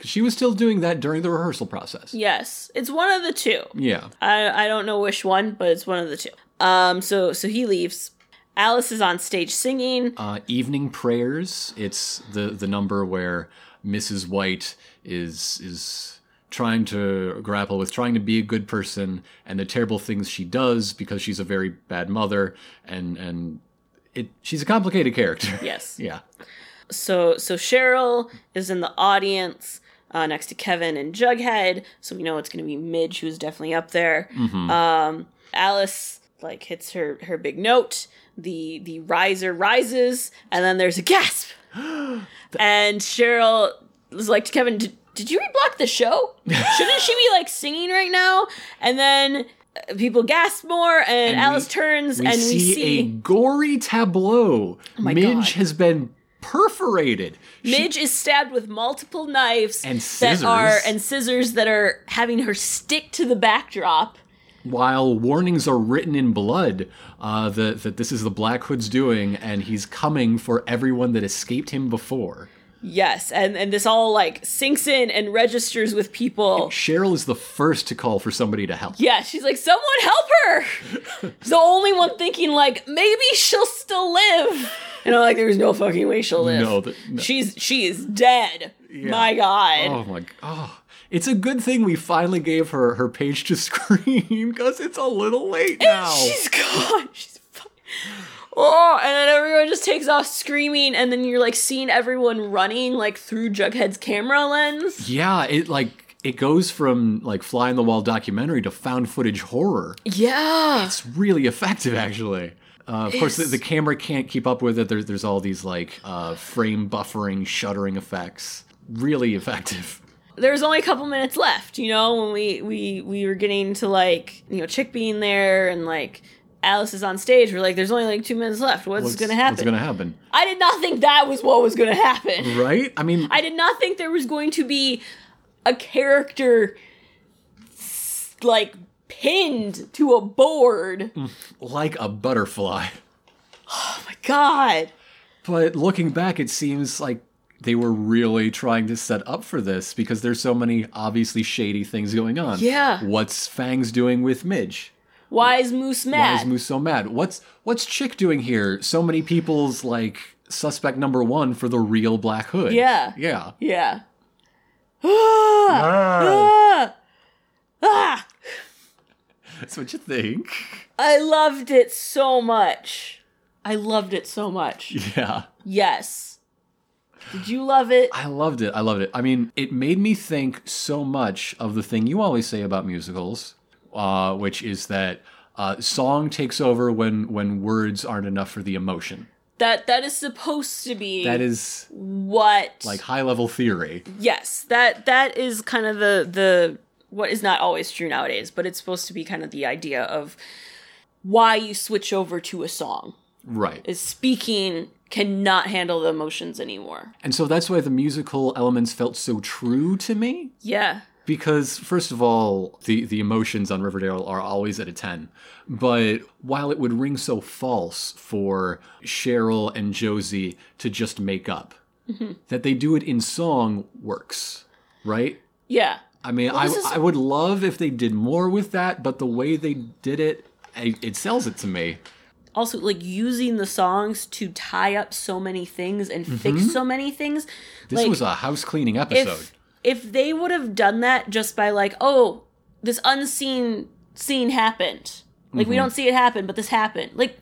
[SPEAKER 3] Cuz she was still doing that during the rehearsal process.
[SPEAKER 2] Yes, it's one of the two.
[SPEAKER 3] Yeah.
[SPEAKER 2] I I don't know which one, but it's one of the two. Um, so so he leaves. Alice is on stage singing.
[SPEAKER 3] Uh, evening prayers. It's the the number where Mrs. White is is trying to grapple with trying to be a good person and the terrible things she does because she's a very bad mother and and it she's a complicated character.
[SPEAKER 2] Yes.
[SPEAKER 3] yeah.
[SPEAKER 2] So so Cheryl is in the audience uh, next to Kevin and Jughead. So we know it's going to be Midge who's definitely up there.
[SPEAKER 3] Mm-hmm.
[SPEAKER 2] Um, Alice like hits her her big note. The the riser rises, and then there's a gasp. and Cheryl was like to Kevin, did, "Did you reblock the show? Shouldn't she be like singing right now?" And then uh, people gasp more, and,
[SPEAKER 3] And
[SPEAKER 2] Alice
[SPEAKER 3] we-
[SPEAKER 2] turns,
[SPEAKER 3] We
[SPEAKER 2] and
[SPEAKER 3] see
[SPEAKER 2] we see Oh
[SPEAKER 3] a gory tableau.
[SPEAKER 2] my
[SPEAKER 3] Midge
[SPEAKER 2] God.
[SPEAKER 3] has been perforated.
[SPEAKER 2] Midge is stabbed with multiple knives
[SPEAKER 3] And
[SPEAKER 2] that are
[SPEAKER 3] scissors.
[SPEAKER 2] and scissors that are having her stick to the backdrop.
[SPEAKER 3] While warnings are written in blood uh, that that this is the Black Hood's doing, and he's coming for everyone that escaped him before.
[SPEAKER 2] Yes, and and this all like sinks in and registers with people.
[SPEAKER 3] Cheryl is the first to call for somebody to help.
[SPEAKER 2] Yeah, she's like, someone help her. She's the only one thinking like maybe she'll still live. And I'm like, there's no fucking way she'll live.
[SPEAKER 3] No, that- no.
[SPEAKER 2] she's she is dead. My God.
[SPEAKER 3] Oh my god. It's a good thing we finally gave her her page to scream because it's a little late now.
[SPEAKER 2] She's gone. She's fine. Oh, and then everyone just takes off screaming, and then you're like seeing everyone running like through Jughead's camera lens.
[SPEAKER 3] Yeah, it like it goes from like fly on the wall documentary to found footage horror.
[SPEAKER 2] Yeah.
[SPEAKER 3] It's really effective actually. Uh, of course, the, the camera can't keep up with it. There's there's all these like uh, frame buffering, shuttering effects. Really effective.
[SPEAKER 2] There's only a couple minutes left, you know, when we we we were getting to like, you know, Chick being there and like Alice is on stage. We're like, there's only like two minutes left. What's, gonna happen?
[SPEAKER 3] What's gonna happen?
[SPEAKER 2] I did not think that was what was gonna happen.
[SPEAKER 3] Right? I mean,
[SPEAKER 2] I did not think there was going to be a character s- like pinned to a board.
[SPEAKER 3] Mm. like a butterfly.
[SPEAKER 2] my god.
[SPEAKER 3] But looking back, it seems like they were really trying to set up for this because there's so many obviously shady things going on.
[SPEAKER 2] Yeah.
[SPEAKER 3] What's Fangs doing with Midge?
[SPEAKER 2] Why is Moose
[SPEAKER 3] Why
[SPEAKER 2] mad?
[SPEAKER 3] is Moose so mad? What's what's Chick doing here? So many people's like suspect number one for the real Black Hood.
[SPEAKER 2] Yeah.
[SPEAKER 3] Yeah.
[SPEAKER 2] yeah. Ah! Ah!
[SPEAKER 3] That's what you think.
[SPEAKER 2] I loved it so much. I loved it so much.
[SPEAKER 3] Yeah.
[SPEAKER 2] Yes. Did you love it?
[SPEAKER 3] I loved it. I loved it. I mean, it made me think so much of the thing you always say about musicals, uh, which is that uh, song takes over when when words aren't enough for the emotion.
[SPEAKER 2] That that is supposed to be
[SPEAKER 3] That is
[SPEAKER 2] what
[SPEAKER 3] like high level theory.
[SPEAKER 2] yes that that is kind of the the what is not always true nowadays but it's supposed to be kind of the idea of why you switch over to a song
[SPEAKER 3] Right.
[SPEAKER 2] is speaking cannot handle the emotions anymore
[SPEAKER 3] And so that's why the musical elements felt so true to me.
[SPEAKER 2] yeah
[SPEAKER 3] because first of all the the emotions on riverdale are always at a 10 but while it would ring so false for cheryl and josie to just make up
[SPEAKER 2] Mm-hmm.
[SPEAKER 3] that they do it in song works right
[SPEAKER 2] yeah
[SPEAKER 3] i mean I,
[SPEAKER 2] this is-
[SPEAKER 3] I would love if they did more with that but the way they did it I, it sells it to me
[SPEAKER 2] also like using the songs to tie up so many things and fix so many things.
[SPEAKER 3] Mm-hmm. This
[SPEAKER 2] like,
[SPEAKER 3] was a house cleaning episode.
[SPEAKER 2] if if they would have done that just by like, oh, this unseen scene happened. Like
[SPEAKER 3] Mm-hmm.
[SPEAKER 2] we don't see it happen, but this happened. Like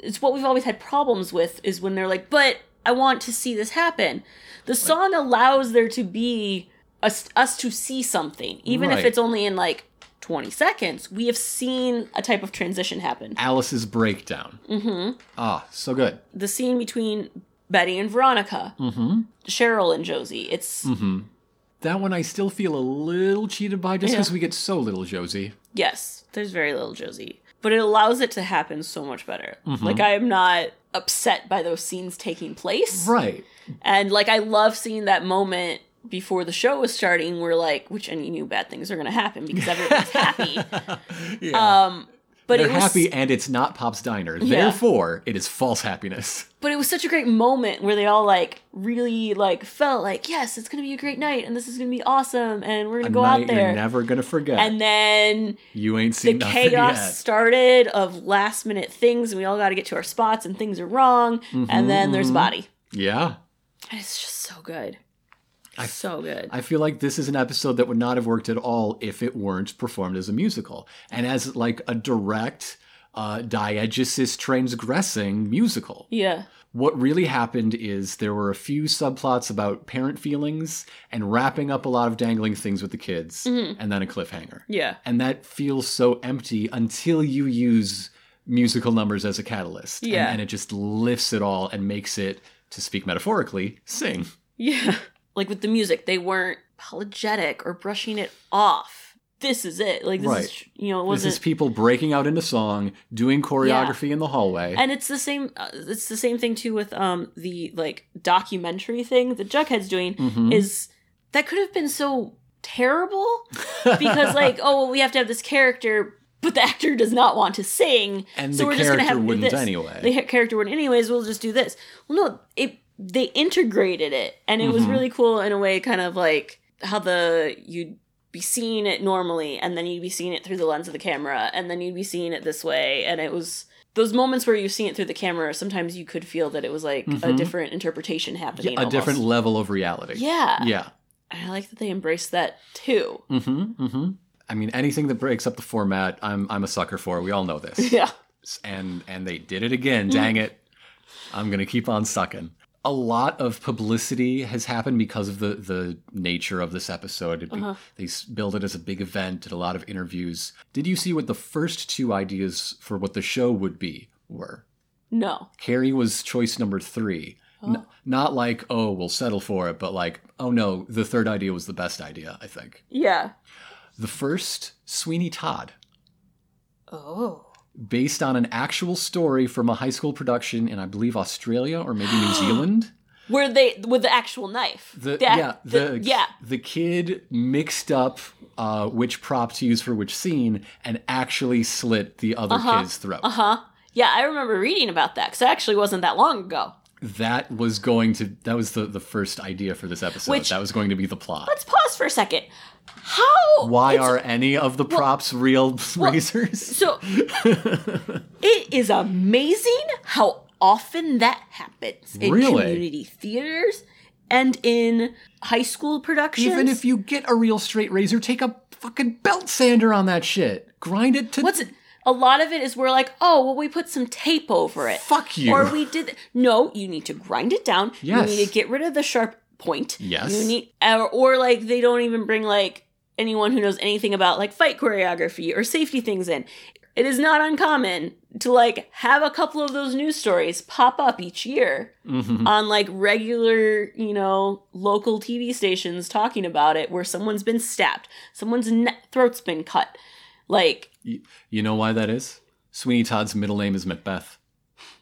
[SPEAKER 2] it's what we've always had problems with is when they're like, but I want to see this happen. The song allows there to be us, us to see something, even if
[SPEAKER 3] Right.
[SPEAKER 2] it's only in like 20 seconds. We have seen a type of transition happen.
[SPEAKER 3] Alice's breakdown. Mm-hmm. Ah, so good.
[SPEAKER 2] The scene between Betty and Veronica, mm-hmm. Cheryl and Josie.
[SPEAKER 3] Mm-hmm.
[SPEAKER 2] It's
[SPEAKER 3] That one I still feel a little cheated by just because
[SPEAKER 2] Yeah.
[SPEAKER 3] we get so little Josie.
[SPEAKER 2] Yes, there's very little Josie, but it allows it to happen so much better.
[SPEAKER 3] Mm-hmm.
[SPEAKER 2] Like I am not upset by those scenes taking place,
[SPEAKER 3] Right.
[SPEAKER 2] and like I love seeing that moment before the show was starting, where like which and you knew bad things are going to happen because everyone's happy.
[SPEAKER 3] Yeah.
[SPEAKER 2] Um, but
[SPEAKER 3] They're
[SPEAKER 2] it was
[SPEAKER 3] happy and it's not Pop's Diner.
[SPEAKER 2] Yeah.
[SPEAKER 3] Therefore, it is false happiness.
[SPEAKER 2] but it was such a great moment where they all like really like felt like yes, it's going to be a great night and this is going to be awesome and we're going to go
[SPEAKER 3] Night
[SPEAKER 2] out there.
[SPEAKER 3] you're never gonna forget.
[SPEAKER 2] and then
[SPEAKER 3] you ain't
[SPEAKER 2] the
[SPEAKER 3] seen nothing
[SPEAKER 2] chaos
[SPEAKER 3] yet.
[SPEAKER 2] started of last minute things and we all got to get to our spots and things are wrong
[SPEAKER 3] Mm-hmm,
[SPEAKER 2] and then there's a body
[SPEAKER 3] yeah.
[SPEAKER 2] and it's just so good so good
[SPEAKER 3] I feel like this is an episode that would not have worked at all if it weren't performed as a musical and as like a direct uh, diegesis transgressing musical.
[SPEAKER 2] yeah
[SPEAKER 3] What really happened is there were a few subplots about parent feelings and wrapping up a lot of dangling things with the kids
[SPEAKER 2] Mm-hmm.
[SPEAKER 3] and then a cliffhanger.
[SPEAKER 2] yeah
[SPEAKER 3] And that feels so empty until you use musical numbers as a catalyst. And-
[SPEAKER 2] Yeah.
[SPEAKER 3] and it just lifts it all and makes it, to speak metaphorically, sing.
[SPEAKER 2] yeah like with the music they weren't apologetic or brushing it off this is it like this is
[SPEAKER 3] Right.
[SPEAKER 2] you know it wasn't
[SPEAKER 3] this is people breaking out into song, doing choreography in the hallway.
[SPEAKER 2] and it's the same uh, it's the same thing too with um the like documentary thing that jughead's doing
[SPEAKER 3] Mm-hmm.
[SPEAKER 2] is that could have been so terrible because like oh well, we have to have this character but the actor does not want to sing
[SPEAKER 3] And
[SPEAKER 2] so
[SPEAKER 3] the
[SPEAKER 2] we're just gonna
[SPEAKER 3] character
[SPEAKER 2] have to do
[SPEAKER 3] wouldn't
[SPEAKER 2] this.
[SPEAKER 3] anyway.
[SPEAKER 2] the ha- character wouldn't anyways we'll just do this well no it they integrated it and it was
[SPEAKER 3] Mm-hmm.
[SPEAKER 2] really cool in a way kind of like how the you'd be seeing it normally and then you'd be seeing it through the lens of the camera and then you'd be seeing it this way and it was those moments where you've seen it through the camera sometimes you could feel that it was like a different interpretation happening
[SPEAKER 3] Mm-hmm. a
[SPEAKER 2] almost.
[SPEAKER 3] different level of reality.
[SPEAKER 2] yeah
[SPEAKER 3] Yeah.
[SPEAKER 2] and i like that they embraced that too
[SPEAKER 3] Mm-hmm. Mm-hmm. I mean, anything that breaks up the format, I'm I'm a sucker for. We all know this.
[SPEAKER 2] yeah
[SPEAKER 3] and and they did it again. Dang it! I'm gonna keep on sucking. A lot of publicity has happened because of the the nature of this episode. It be, They s- billed it as a big event, did a lot of interviews. Did you see what the first two ideas for what the show would be were?
[SPEAKER 2] no
[SPEAKER 3] Carrie was choice number three. N- not like, oh, we'll settle for it, but like, oh no, the third idea was the best idea, I think.
[SPEAKER 2] yeah
[SPEAKER 3] The first, Sweeney Todd,
[SPEAKER 2] oh
[SPEAKER 3] based on an actual story from a high school production in, I believe, Australia or maybe New Zealand.
[SPEAKER 2] where they with the actual knife
[SPEAKER 3] The,
[SPEAKER 2] The ac-
[SPEAKER 3] yeah,
[SPEAKER 2] the-
[SPEAKER 3] the,
[SPEAKER 2] yeah
[SPEAKER 3] the kid mixed up uh, which prop to use for which scene and actually slit the other
[SPEAKER 2] Uh-huh.
[SPEAKER 3] kid's throat.
[SPEAKER 2] huh yeah i remember reading about that because it actually wasn't that long ago
[SPEAKER 3] That was going to, that was the, the first idea for this episode.
[SPEAKER 2] Which-
[SPEAKER 3] that was going to be the plot.
[SPEAKER 2] let's pause for a second how
[SPEAKER 3] Why
[SPEAKER 2] it's-
[SPEAKER 3] are any of the props real razors?
[SPEAKER 2] So it is amazing how often that happens in
[SPEAKER 3] Really?
[SPEAKER 2] community theaters and in high school productions.
[SPEAKER 3] Even if you get a real straight razor, take a fucking belt sander on that shit. Grind it to
[SPEAKER 2] what's it? A lot of it is we're like, oh, well, we put some tape over it.
[SPEAKER 3] Fuck you.
[SPEAKER 2] Or we did. No, you need to grind it down.
[SPEAKER 3] Yes.
[SPEAKER 2] You need to get rid of the sharp point.
[SPEAKER 3] Yes.
[SPEAKER 2] You need, or, or like they don't even bring like anyone who knows anything about like fight choreography or safety things in. It is not uncommon to like have a couple of those news stories pop up each year
[SPEAKER 3] Mm-hmm.
[SPEAKER 2] on like regular, you know, local TV stations talking about it where someone's been stabbed, someone's ne- throat's been cut. Like,
[SPEAKER 3] You, you know why that is? Sweeney Todd's middle name is Macbeth.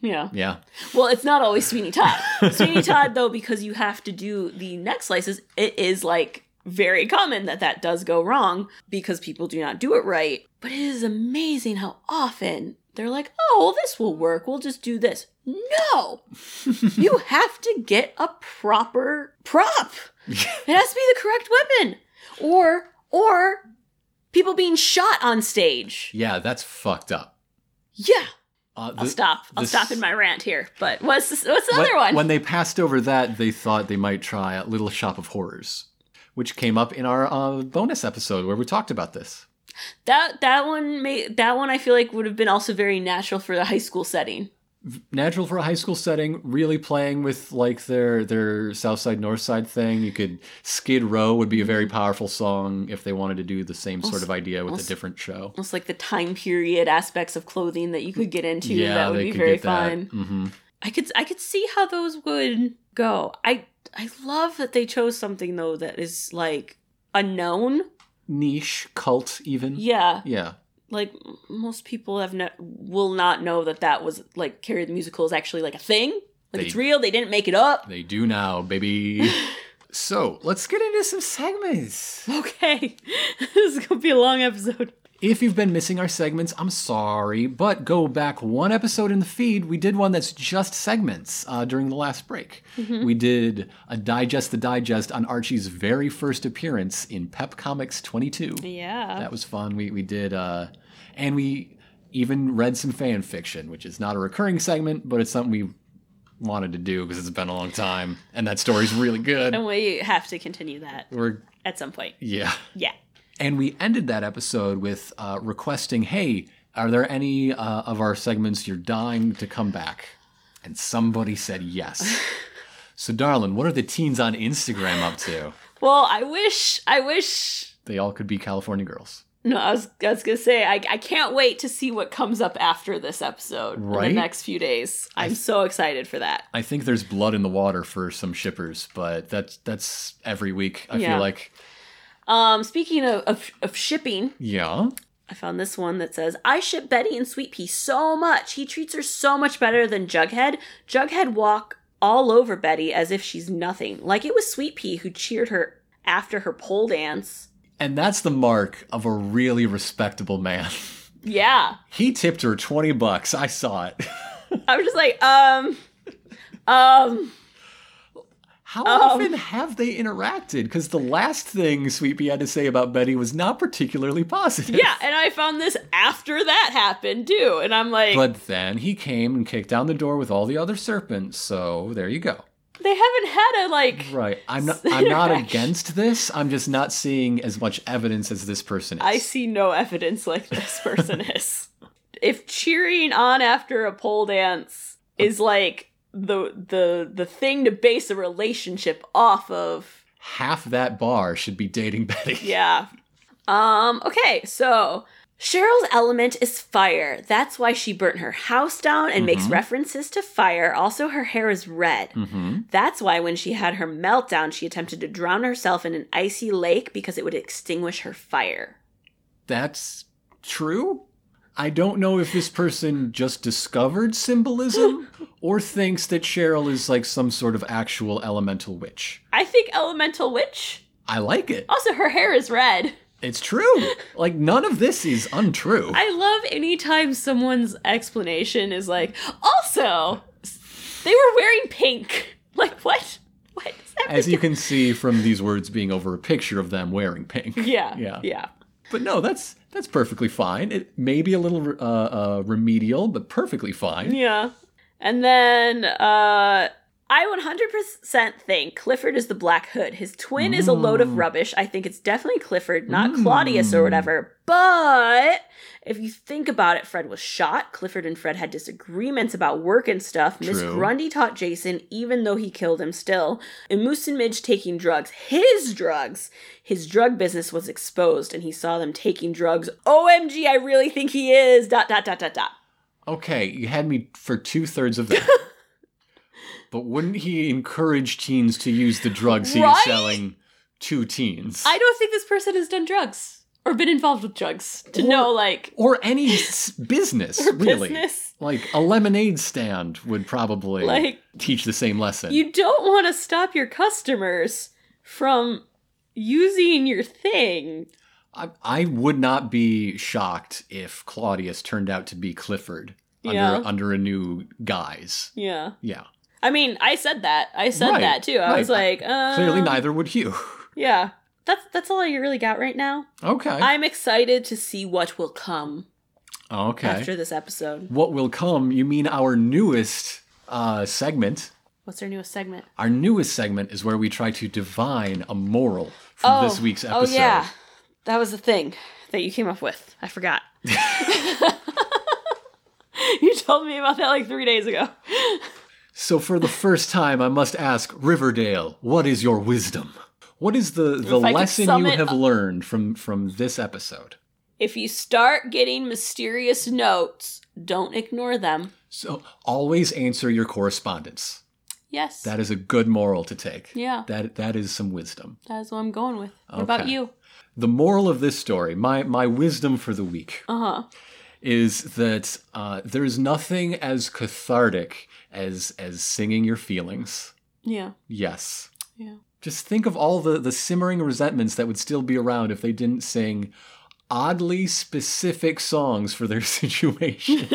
[SPEAKER 2] you know.
[SPEAKER 3] Yeah.
[SPEAKER 2] Well, it's not always Sweeney Todd. Sweeney Todd, though, because you have to do the neck slices, it is like very common that that does go wrong because people do not do it right. But it is amazing how often they're like, oh, well, this will work. We'll just do this. No, you have to get a proper prop. It has to be the correct weapon, or or people being shot on stage.
[SPEAKER 3] Yeah, that's fucked up.
[SPEAKER 2] Yeah.
[SPEAKER 3] Uh,
[SPEAKER 2] I'll
[SPEAKER 3] the-
[SPEAKER 2] stop. I'll
[SPEAKER 3] the
[SPEAKER 2] stop in my rant here. But what's this, what's the other
[SPEAKER 3] when,
[SPEAKER 2] one?
[SPEAKER 3] When they passed over that, they thought they might try a Little Shop of Horrors, which came up in our uh, bonus episode where we talked about this.
[SPEAKER 2] that that one may that one I feel like would have been also very natural for the high school setting.
[SPEAKER 3] Natural for a high school setting, really playing with like their their South Side North Side thing. You could Skid Row would be a very powerful song if they wanted to do the same sort of idea with a different show.
[SPEAKER 2] Almost like the time period aspects of clothing that you could get into. that would be very fun.
[SPEAKER 3] hmm
[SPEAKER 2] I could I could see how those would go. I I love that they chose something though that is like unknown.
[SPEAKER 3] Niche cult even.
[SPEAKER 2] Yeah,
[SPEAKER 3] yeah.
[SPEAKER 2] like m- most people have no, will not know that that was like Carrie the musical is actually like a thing. Like
[SPEAKER 3] They-
[SPEAKER 2] it's real. They didn't make it up.
[SPEAKER 3] They do now, baby. so let's get into some segments.
[SPEAKER 2] Okay, this is gonna be a long episode.
[SPEAKER 3] If you've been missing our segments, I'm sorry, but go back one episode in the feed. We did one that's just segments uh, during the last break.
[SPEAKER 2] Mm-hmm.
[SPEAKER 3] We did a digest the digest on Archie's very first appearance in Pep Comics 22.
[SPEAKER 2] Yeah.
[SPEAKER 3] That was fun. We, we did, uh, and we even read some fan fiction, which is not a recurring segment, but it's something we wanted to do because it's been a long time, and that story's really good.
[SPEAKER 2] And we have to continue that
[SPEAKER 3] We're,
[SPEAKER 2] at some point.
[SPEAKER 3] yeah.
[SPEAKER 2] Yeah.
[SPEAKER 3] And we ended that episode with uh, requesting, hey, are there any uh, of our segments you're dying to come back? And somebody said yes. so, darling, what are the teens on Instagram up to?
[SPEAKER 2] Well, I wish I wish
[SPEAKER 3] They all could be California girls.
[SPEAKER 2] no, I was I was gonna say I I can't wait to see what comes up after this episode in
[SPEAKER 3] Right?
[SPEAKER 2] the next few days. I'm so excited for that.
[SPEAKER 3] I think there's blood in the water for some shippers, but that's that's every week. I
[SPEAKER 2] Yeah.
[SPEAKER 3] feel like,
[SPEAKER 2] Um, speaking of, of of shipping,
[SPEAKER 3] yeah,
[SPEAKER 2] I found this one that says I ship Betty and Sweet Pea so much. He treats her so much better than Jughead. Jughead walk all over Betty as if she's nothing. Like it was Sweet Pea who cheered her after her pole dance.
[SPEAKER 3] and that's the mark of a really respectable man.
[SPEAKER 2] Yeah.
[SPEAKER 3] he tipped her twenty bucks. I saw it.
[SPEAKER 2] I was just like, um, um,
[SPEAKER 3] How often have they interacted? Because the last thing Sweet Pea had to say about Betty was not particularly positive.
[SPEAKER 2] yeah. And I found this after that happened too. And I'm like,
[SPEAKER 3] But then he came and kicked down the door with all the other serpents, so there you go.
[SPEAKER 2] they haven't had a like.
[SPEAKER 3] Right. I'm not I'm not against this. I'm just not seeing as much evidence as this person is.
[SPEAKER 2] I see no evidence like this person is. If cheering on after a pole dance is like the the the thing to base a relationship off of,
[SPEAKER 3] Half that bar should be dating Betty.
[SPEAKER 2] yeah. Um. Okay. So Cheryl's element is fire. That's why she burnt her house down and makes
[SPEAKER 3] Mhm.
[SPEAKER 2] references to fire. Also, her hair is red.
[SPEAKER 3] Mm-hmm.
[SPEAKER 2] That's why when she had her meltdown, she attempted to drown herself in an icy lake because it would extinguish her fire.
[SPEAKER 3] That's true. I don't know if this person just discovered symbolism or thinks that Cheryl is like some sort of actual elemental witch.
[SPEAKER 2] I think Elemental Witch.
[SPEAKER 3] I like it.
[SPEAKER 2] Also, her hair is red.
[SPEAKER 3] It's true. Like none of this is untrue.
[SPEAKER 2] I love anytime someone's explanation is like, also, they were wearing pink. Like, what? What does that
[SPEAKER 3] As
[SPEAKER 2] mean?
[SPEAKER 3] you can see from these words being over a picture of them wearing pink.
[SPEAKER 2] yeah.
[SPEAKER 3] Yeah.
[SPEAKER 2] Yeah.
[SPEAKER 3] But no, that's that's perfectly fine. It may be a little uh, uh, remedial, but perfectly fine.
[SPEAKER 2] Yeah. And then uh I 100% think Clifford is the Black Hood. His twin is a load of
[SPEAKER 3] Mm.
[SPEAKER 2] rubbish. I think it's definitely Clifford, not
[SPEAKER 3] Mm.
[SPEAKER 2] Claudius or whatever. But if you think about it, Fred was shot. Clifford and Fred had disagreements about work and stuff. Miss
[SPEAKER 3] True.
[SPEAKER 2] Grundy taught Jason, even though he killed him still. And Moose and Midge taking drugs, his drugs. His drug business was exposed, and he saw them taking drugs. OMG, I really think he is. Dot, dot, dot, dot, dot.
[SPEAKER 3] Okay, you had me for two thirds of that. but wouldn't he encourage teens to use the drugs he
[SPEAKER 2] Right?
[SPEAKER 3] was selling to teens?
[SPEAKER 2] I don't think this person has done drugs or been involved with drugs to know, like,
[SPEAKER 3] or any s- business,
[SPEAKER 2] Or
[SPEAKER 3] really.
[SPEAKER 2] business.
[SPEAKER 3] Like a lemonade stand would probably
[SPEAKER 2] Like-
[SPEAKER 3] teach the same lesson.
[SPEAKER 2] you don't want to stop your customers from using your thing.
[SPEAKER 3] I, I would not be shocked if Claudius turned out to be Clifford under
[SPEAKER 2] Yeah.
[SPEAKER 3] under a new guise.
[SPEAKER 2] Yeah.
[SPEAKER 3] Yeah.
[SPEAKER 2] I mean, I said that. I said
[SPEAKER 3] Right,
[SPEAKER 2] that too. I
[SPEAKER 3] right.
[SPEAKER 2] was like, um,
[SPEAKER 3] Clearly, neither would Hugh.
[SPEAKER 2] Yeah. That's that's all I really got right now.
[SPEAKER 3] okay.
[SPEAKER 2] I'm excited to see what will come.
[SPEAKER 3] Okay.
[SPEAKER 2] after this episode.
[SPEAKER 3] what will come, you mean our newest uh, segment.
[SPEAKER 2] What's our newest segment?
[SPEAKER 3] Our newest segment is where we try to divine a moral from this week's episode.
[SPEAKER 2] Oh yeah, that was the thing that you came up with. I forgot. you told me about that like three days ago.
[SPEAKER 3] So for the first time, I must ask Riverdale, what is your wisdom? What is the, the
[SPEAKER 2] If I could
[SPEAKER 3] lesson
[SPEAKER 2] sum
[SPEAKER 3] you
[SPEAKER 2] it
[SPEAKER 3] have
[SPEAKER 2] up-
[SPEAKER 3] learned from from this episode?
[SPEAKER 2] If you start getting mysterious notes, don't ignore them.
[SPEAKER 3] So always answer your correspondence.
[SPEAKER 2] Yes,
[SPEAKER 3] That is a good moral to take.
[SPEAKER 2] Yeah.
[SPEAKER 3] That that is some wisdom.
[SPEAKER 2] that is what I'm going with. What about
[SPEAKER 3] Okay.
[SPEAKER 2] you?
[SPEAKER 3] The moral of this story, my my wisdom for the week,
[SPEAKER 2] Uh huh.
[SPEAKER 3] is that uh, there is nothing as cathartic as as singing your feelings.
[SPEAKER 2] Yeah.
[SPEAKER 3] Yes.
[SPEAKER 2] Yeah.
[SPEAKER 3] Just think of all the, the simmering resentments that would still be around if they didn't sing oddly specific songs for their situation.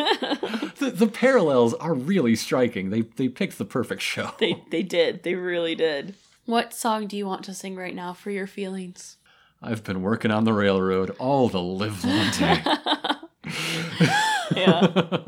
[SPEAKER 3] the, the parallels are really striking. They, they picked the perfect show.
[SPEAKER 2] They they did. They really did. What song do you want to sing right now for your feelings?
[SPEAKER 3] I've been working on the railroad all the livelong day.
[SPEAKER 2] Yeah.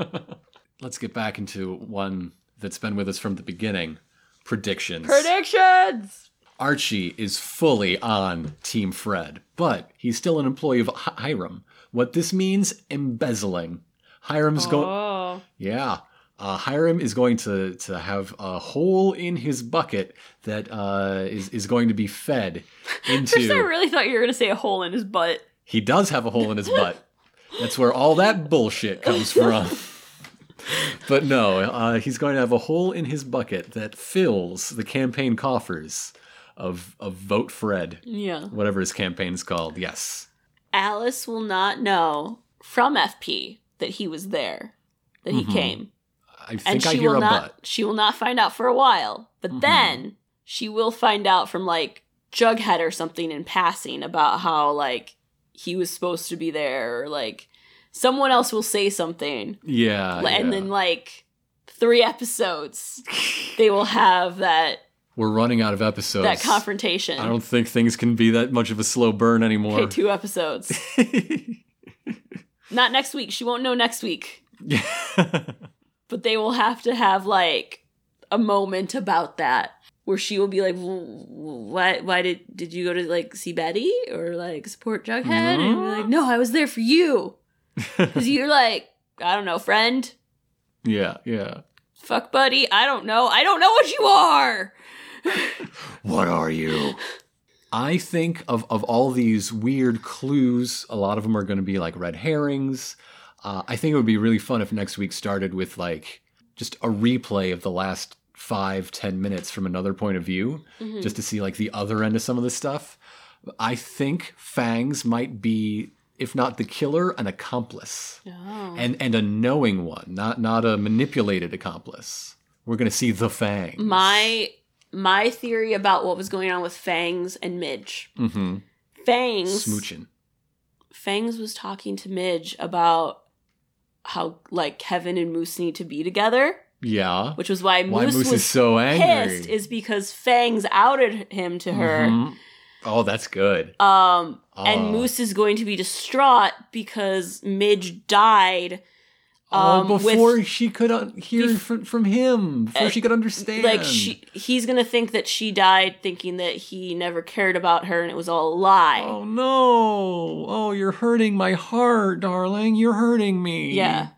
[SPEAKER 3] Let's get back into one that's been with us from the beginning predictions.
[SPEAKER 2] Predictions.
[SPEAKER 3] Archie is fully on Team Fred, but he's still an employee of Hi- Hiram. What this means, embezzling. Hiram's going.
[SPEAKER 2] Oh.
[SPEAKER 3] Yeah. Uh, Hiram is going to, to have a hole in his bucket that uh, is, is going to be fed
[SPEAKER 2] First, I
[SPEAKER 3] into.
[SPEAKER 2] really thought you were gonna say a hole in his butt.
[SPEAKER 3] he does have a hole in his butt. That's where all that bullshit comes from. but no, uh, he's going to have a hole in his bucket that fills the campaign coffers of, of Vote Fred
[SPEAKER 2] Yeah.
[SPEAKER 3] whatever his campaign's called. Yes.
[SPEAKER 2] Alice will not know from FP that he was there, that he
[SPEAKER 3] Mhm.
[SPEAKER 2] came,
[SPEAKER 3] I
[SPEAKER 2] and
[SPEAKER 3] think I
[SPEAKER 2] she
[SPEAKER 3] hear
[SPEAKER 2] will
[SPEAKER 3] a
[SPEAKER 2] not.
[SPEAKER 3] butt.
[SPEAKER 2] She will not find out for a while, but
[SPEAKER 3] Mhm.
[SPEAKER 2] then she will find out from like Jughead or something in passing about how like he was supposed to be there, or like someone else will say something,
[SPEAKER 3] Yeah.
[SPEAKER 2] and
[SPEAKER 3] Uh, yeah.
[SPEAKER 2] then like three episodes, they will have that
[SPEAKER 3] we're running out of episodes.
[SPEAKER 2] that confrontation.
[SPEAKER 3] I don't think things can be that much of a slow burn
[SPEAKER 2] okay,
[SPEAKER 3] anymore.
[SPEAKER 2] two episodes. not next week. She won't know next week. but they will have to have like a moment about that where she will be like "Wh- wh- why why did did you go to like see Betty or like support Jughead and we're like no I was there for you cuz you're like I don't know friend
[SPEAKER 3] yeah. Yeah.
[SPEAKER 2] fuck buddy I don't know I don't know what you are
[SPEAKER 3] What are you? I think of, of all these weird clues, a lot of them are going to be like red herrings. Uh, I think it would be really fun if next week started with like just a replay of the last five, ten minutes from another point of view,
[SPEAKER 2] Mm-hmm.
[SPEAKER 3] just to see like the other end of some of this stuff. I think Fangs might be, if not the killer, an accomplice
[SPEAKER 2] no
[SPEAKER 3] and and a knowing one, not not a manipulated accomplice. We're gonna see the Fangs.
[SPEAKER 2] my my theory about what was going on with Fangs and Midge
[SPEAKER 3] hmm
[SPEAKER 2] Fangs
[SPEAKER 3] smooching.
[SPEAKER 2] Fangs was talking to Midge about how like Kevin and Moose need to be together
[SPEAKER 3] Yeah.
[SPEAKER 2] which was why Moose,
[SPEAKER 3] Why Moose,
[SPEAKER 2] was
[SPEAKER 3] is so angry.
[SPEAKER 2] pissed is because Fangs outed him to her.
[SPEAKER 3] Mhm. Oh, that's good.
[SPEAKER 2] Um,
[SPEAKER 3] Oh.
[SPEAKER 2] and Moose is going to be distraught because Midge died. um,
[SPEAKER 3] oh,
[SPEAKER 2] with-
[SPEAKER 3] before she could un- hear
[SPEAKER 2] bef-
[SPEAKER 3] fr- from him, before
[SPEAKER 2] Uh,
[SPEAKER 3] she could understand.
[SPEAKER 2] Like she, he's gonna think that she died, thinking that he never cared about her and it was all a lie.
[SPEAKER 3] Oh no! Oh, you're hurting my heart, darling. You're hurting me.
[SPEAKER 2] Yeah,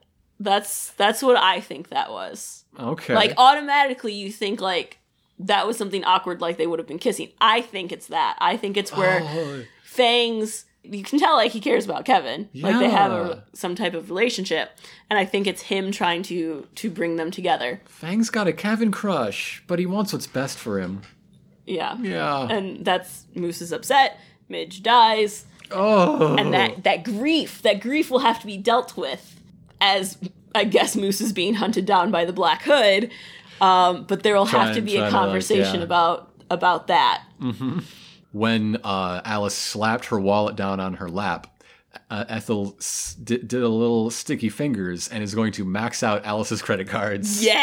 [SPEAKER 2] that's that's what I think that was.
[SPEAKER 3] Okay.
[SPEAKER 2] Like oh, automatically, you think like that was something awkward, like they would have been kissing. I think it's that. I think it's where.
[SPEAKER 3] Oh,
[SPEAKER 2] Fangs, you can tell like he cares about Kevin. Like they have a,
[SPEAKER 3] Yeah.
[SPEAKER 2] some type of relationship, and I think it's him trying to to bring them together.
[SPEAKER 3] Fang's got a Kevin crush, but he wants what's best for him.
[SPEAKER 2] Yeah,
[SPEAKER 3] Yeah.
[SPEAKER 2] and that's Moose is upset. Midge dies,
[SPEAKER 3] oh.
[SPEAKER 2] and that that grief, that grief will have to be dealt with. As I guess Moose is being hunted down by the Black Hood, um, but there will have to
[SPEAKER 3] Trying-
[SPEAKER 2] be a
[SPEAKER 3] trying to, like,
[SPEAKER 2] conversation
[SPEAKER 3] yeah.
[SPEAKER 2] about about that.
[SPEAKER 3] when uh, Alice slapped her wallet down on her lap, uh, Ethel s- did, did a little sticky fingers and is going to max out Alice's credit cards.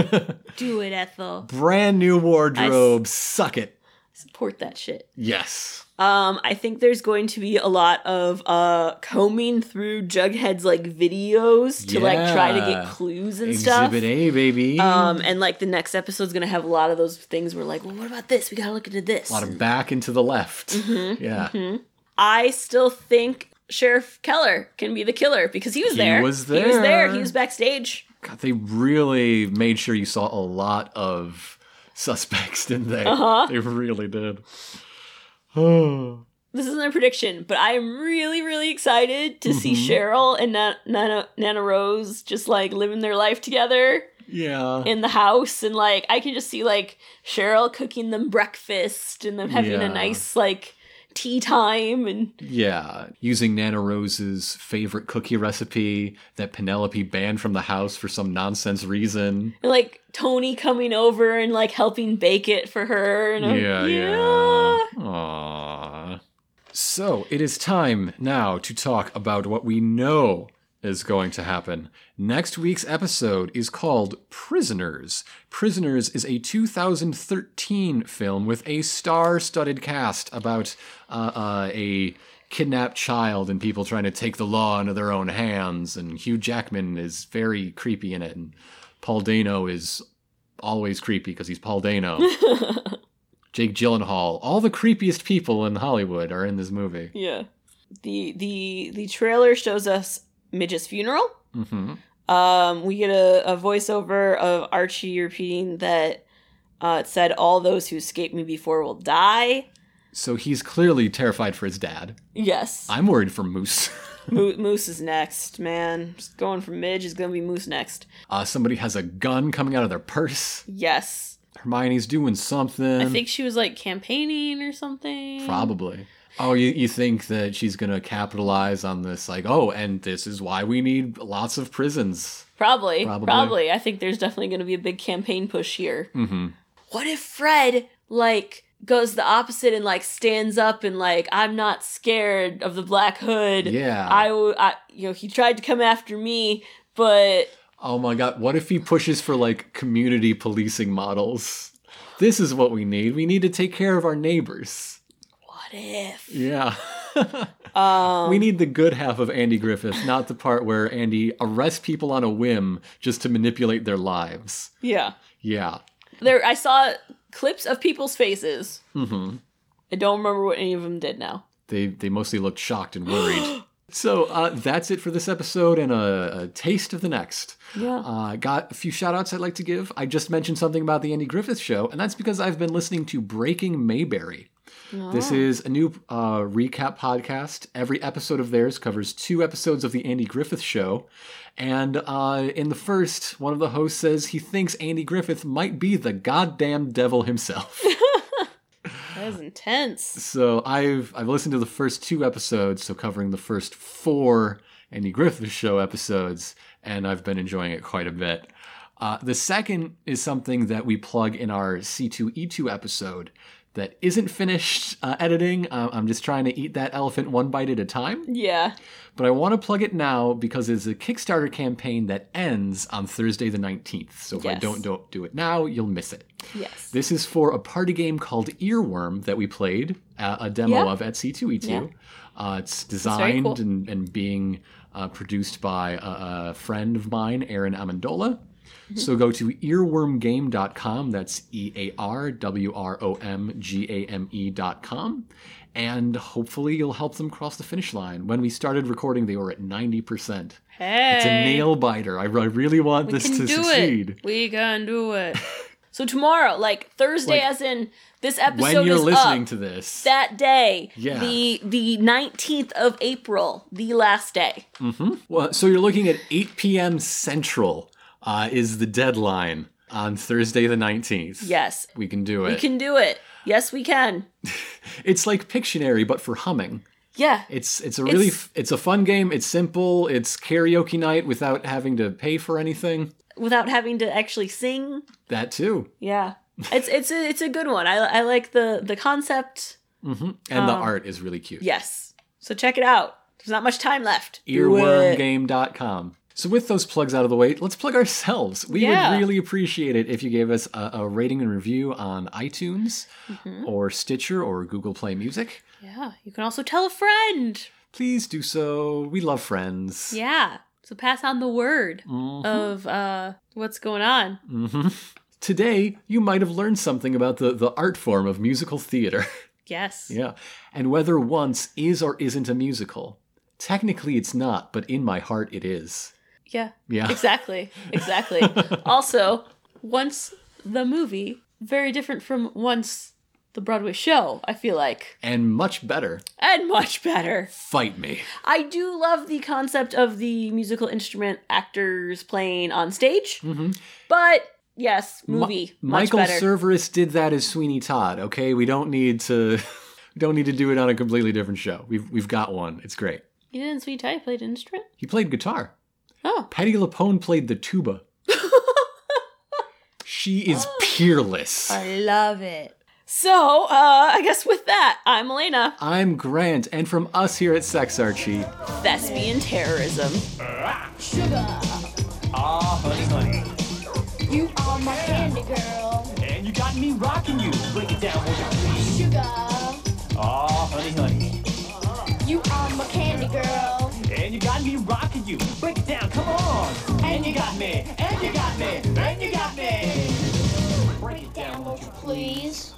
[SPEAKER 2] Yeah, do it, Ethel.
[SPEAKER 3] Brand new wardrobe. Suck it.
[SPEAKER 2] Support that shit.
[SPEAKER 3] Yes.
[SPEAKER 2] Um, I think there's going to be a lot of uh combing through Jughead's like videos to like try to get
[SPEAKER 3] Yeah.
[SPEAKER 2] clues and stuff.
[SPEAKER 3] Exhibit A, baby.
[SPEAKER 2] Um, and like the next episode's gonna have a lot of those things where like, well, what about this? We gotta look into this.
[SPEAKER 3] a lot of back and to the left.
[SPEAKER 2] Mm-hmm.
[SPEAKER 3] yeah.
[SPEAKER 2] I still think Sheriff Keller can be the killer because he was
[SPEAKER 3] He
[SPEAKER 2] there.
[SPEAKER 3] was
[SPEAKER 2] He was there.
[SPEAKER 3] there.
[SPEAKER 2] He was backstage.
[SPEAKER 3] God, they really made sure you saw a lot of suspects, didn't they?
[SPEAKER 2] Uh-huh.
[SPEAKER 3] They really did. Oh.
[SPEAKER 2] This isn't a prediction, but I am really, really excited to see
[SPEAKER 3] Mm-hmm.
[SPEAKER 2] Cheryl and Na- Nana Nana Rose just like living their life together
[SPEAKER 3] yeah.
[SPEAKER 2] in the house, and like I can just see like Cheryl cooking them breakfast and them having
[SPEAKER 3] Yeah.
[SPEAKER 2] a nice like tea time and
[SPEAKER 3] yeah. Using Nana Rose's favorite cookie recipe that Penelope banned from the house for some nonsense reason.
[SPEAKER 2] And, like Tony coming over and like helping bake it for her. And I'm-
[SPEAKER 3] yeah, yeah. Aww. So it is time now to talk about what we know is going to happen. Next week's episode is called Prisoners. Prisoners is a 2013 film with a star studded cast about uh, uh, a kidnapped child and people trying to take the law into their own hands. And Hugh Jackman is very creepy in it. And Paul Dano is always creepy because he's Paul Dano. Jake Gyllenhaal, all the creepiest people in Hollywood are in this movie.
[SPEAKER 2] Yeah. The the the trailer shows us Midget's funeral.
[SPEAKER 3] hmm
[SPEAKER 2] Um, we get a, a voiceover of Archie repeating that uh, it said, "All those who escaped me before will die."
[SPEAKER 3] So he's clearly terrified for his dad.
[SPEAKER 2] Yes,
[SPEAKER 3] I'm worried for Moose.
[SPEAKER 2] Mo- Moose is next, man. Just going for Midge is gonna be Moose next.
[SPEAKER 3] Uh, somebody has a gun coming out of their purse.
[SPEAKER 2] Yes,
[SPEAKER 3] Hermione's doing something.
[SPEAKER 2] I think she was like campaigning or something.
[SPEAKER 3] Probably. Oh, you, you think that she's going to capitalize on this? Like, oh, and this is why we need lots of prisons.
[SPEAKER 2] probably,
[SPEAKER 3] Probably.
[SPEAKER 2] probably, I think there's definitely gonna be a big campaign push here.
[SPEAKER 3] hmm
[SPEAKER 2] what if Fred like goes the opposite and like stands up and like I'm not scared of the black hood.
[SPEAKER 3] Yeah.
[SPEAKER 2] I, w- I you know he tried to come after me, but
[SPEAKER 3] Oh my god, what if he pushes for like community policing models? This is what we need. We need to take care of our neighbors.
[SPEAKER 2] what if?
[SPEAKER 3] Yeah.
[SPEAKER 2] Um
[SPEAKER 3] We need the good half of Andy Griffith, not the part where Andy arrests people on a whim just to manipulate their lives.
[SPEAKER 2] yeah.
[SPEAKER 3] Yeah.
[SPEAKER 2] There I saw clips of people's faces.
[SPEAKER 3] hmm
[SPEAKER 2] I don't remember what any of them did now.
[SPEAKER 3] They they mostly looked shocked and worried. so uh, that's it for this episode and a, a taste of the next.
[SPEAKER 2] Yeah.
[SPEAKER 3] Uh, got a few shout outs I'd like to give. I just mentioned something about the Andy Griffith show, and that's because I've been listening to Breaking Mayberry. This is a new uh, recap podcast. Every episode of theirs covers two episodes of The Andy Griffith Show. And uh, in the first, one of the hosts says he thinks Andy Griffith might be the goddamn devil himself.
[SPEAKER 2] That is intense.
[SPEAKER 3] so I've I've listened to the first two episodes, so covering the first four Andy Griffith Show episodes, and I've been enjoying it quite a bit. Uh, the second is something that we plug in our C2E2 episode that isn't finished uh, editing. Uh, I'm just trying to eat that elephant one bite at a time
[SPEAKER 2] Yeah.
[SPEAKER 3] but I want to plug it now because it's a Kickstarter campaign that ends on Thursday the 19th. So if I
[SPEAKER 2] Yes.
[SPEAKER 3] don't, don't do it now, you'll miss it.
[SPEAKER 2] Yes.
[SPEAKER 3] This is for a party game called Earworm that we played uh, a demo
[SPEAKER 2] Yeah.
[SPEAKER 3] of at C2E2. Uh, it's designed
[SPEAKER 2] cool.
[SPEAKER 3] and, and being uh, produced by a, a friend of mine, Aaron Amendola.
[SPEAKER 2] Mm-hmm.
[SPEAKER 3] So go to earwormgame.com. That's E A R W R O M G A M E.com. And hopefully you'll help them cross the finish line. When we started recording, they were at 90%.
[SPEAKER 2] Hey.
[SPEAKER 3] It's a nail biter. I, I really want this to succeed.
[SPEAKER 2] it. We can do it. so tomorrow, like Thursday
[SPEAKER 3] Like,
[SPEAKER 2] as in this episode
[SPEAKER 3] When you're
[SPEAKER 2] is
[SPEAKER 3] listening
[SPEAKER 2] up.
[SPEAKER 3] to this,
[SPEAKER 2] that day
[SPEAKER 3] Yeah.
[SPEAKER 2] the the 19th of april the last day
[SPEAKER 3] Mm. Well, so you're looking at 8 p.m. Central uh, is the deadline on Thursday the 19th.
[SPEAKER 2] yes
[SPEAKER 3] We can do
[SPEAKER 2] we
[SPEAKER 3] it.
[SPEAKER 2] can do it yes we can
[SPEAKER 3] It's like Pictionary, but for humming.
[SPEAKER 2] yeah
[SPEAKER 3] It's it's a really
[SPEAKER 2] It's-
[SPEAKER 3] it's, it's a fun game. It's simple. It's karaoke night without having to pay for anything.
[SPEAKER 2] without having to actually sing
[SPEAKER 3] That too,
[SPEAKER 2] yeah it's it's a, it's a good one i i like the the concept
[SPEAKER 3] and
[SPEAKER 2] Um,
[SPEAKER 3] the art is really cute.
[SPEAKER 2] yes so check it out there's not much time left Do it.
[SPEAKER 3] Earwormgame.com. So, with those plugs out of the way, let's plug ourselves. We
[SPEAKER 2] Yeah.
[SPEAKER 3] would really appreciate it if you gave us a, a rating and review on iTunes
[SPEAKER 2] Mm-hmm.
[SPEAKER 3] or Stitcher or Google Play Music.
[SPEAKER 2] Yeah. You can also tell a friend.
[SPEAKER 3] Please do so. We love friends.
[SPEAKER 2] Yeah. So pass on the word
[SPEAKER 3] Mhm.
[SPEAKER 2] of uh what's going on.
[SPEAKER 3] hmm Today, you might have learned something about the, the art form of musical theater.
[SPEAKER 2] Yes.
[SPEAKER 3] yeah. And whether Once is or isn't a musical. Technically, it's not, but in my heart, it is.
[SPEAKER 2] Yeah.
[SPEAKER 3] Yeah.
[SPEAKER 2] Exactly. Exactly. also, once the movie, very different from once the Broadway show, I feel like.
[SPEAKER 3] And much better.
[SPEAKER 2] And much better.
[SPEAKER 3] Fight me.
[SPEAKER 2] I do love the concept of the musical instrument actors playing on stage.
[SPEAKER 3] Mhm.
[SPEAKER 2] But yes, movie.
[SPEAKER 3] Mi-
[SPEAKER 2] much
[SPEAKER 3] Michael
[SPEAKER 2] better.
[SPEAKER 3] Cerverus did that as Sweeney Todd. Okay, we don't need to. We don't need to do it on a completely different show. We've we've got one. It's great.
[SPEAKER 2] you didn't sweet tie played an instrument?
[SPEAKER 3] He played guitar.
[SPEAKER 2] Oh.
[SPEAKER 3] Patty Lapone played the tuba. she is peerless.
[SPEAKER 2] I love it. So, uh, I guess with that, I'm Elena.
[SPEAKER 3] I'm Grant, and from us here at Sexarchy,
[SPEAKER 2] Thespian terrorism.
[SPEAKER 1] Ah, honey, honey.
[SPEAKER 4] You are my candy girl,
[SPEAKER 1] And you got me rocking you. Break it down, will you please?
[SPEAKER 4] sugar.
[SPEAKER 1] Ah, honey, honey.
[SPEAKER 4] You are my candy girl.
[SPEAKER 1] And you got me rocking you. Break it down, come on. And you got me. And you got me. And you got me.
[SPEAKER 4] Break it down, won't you please?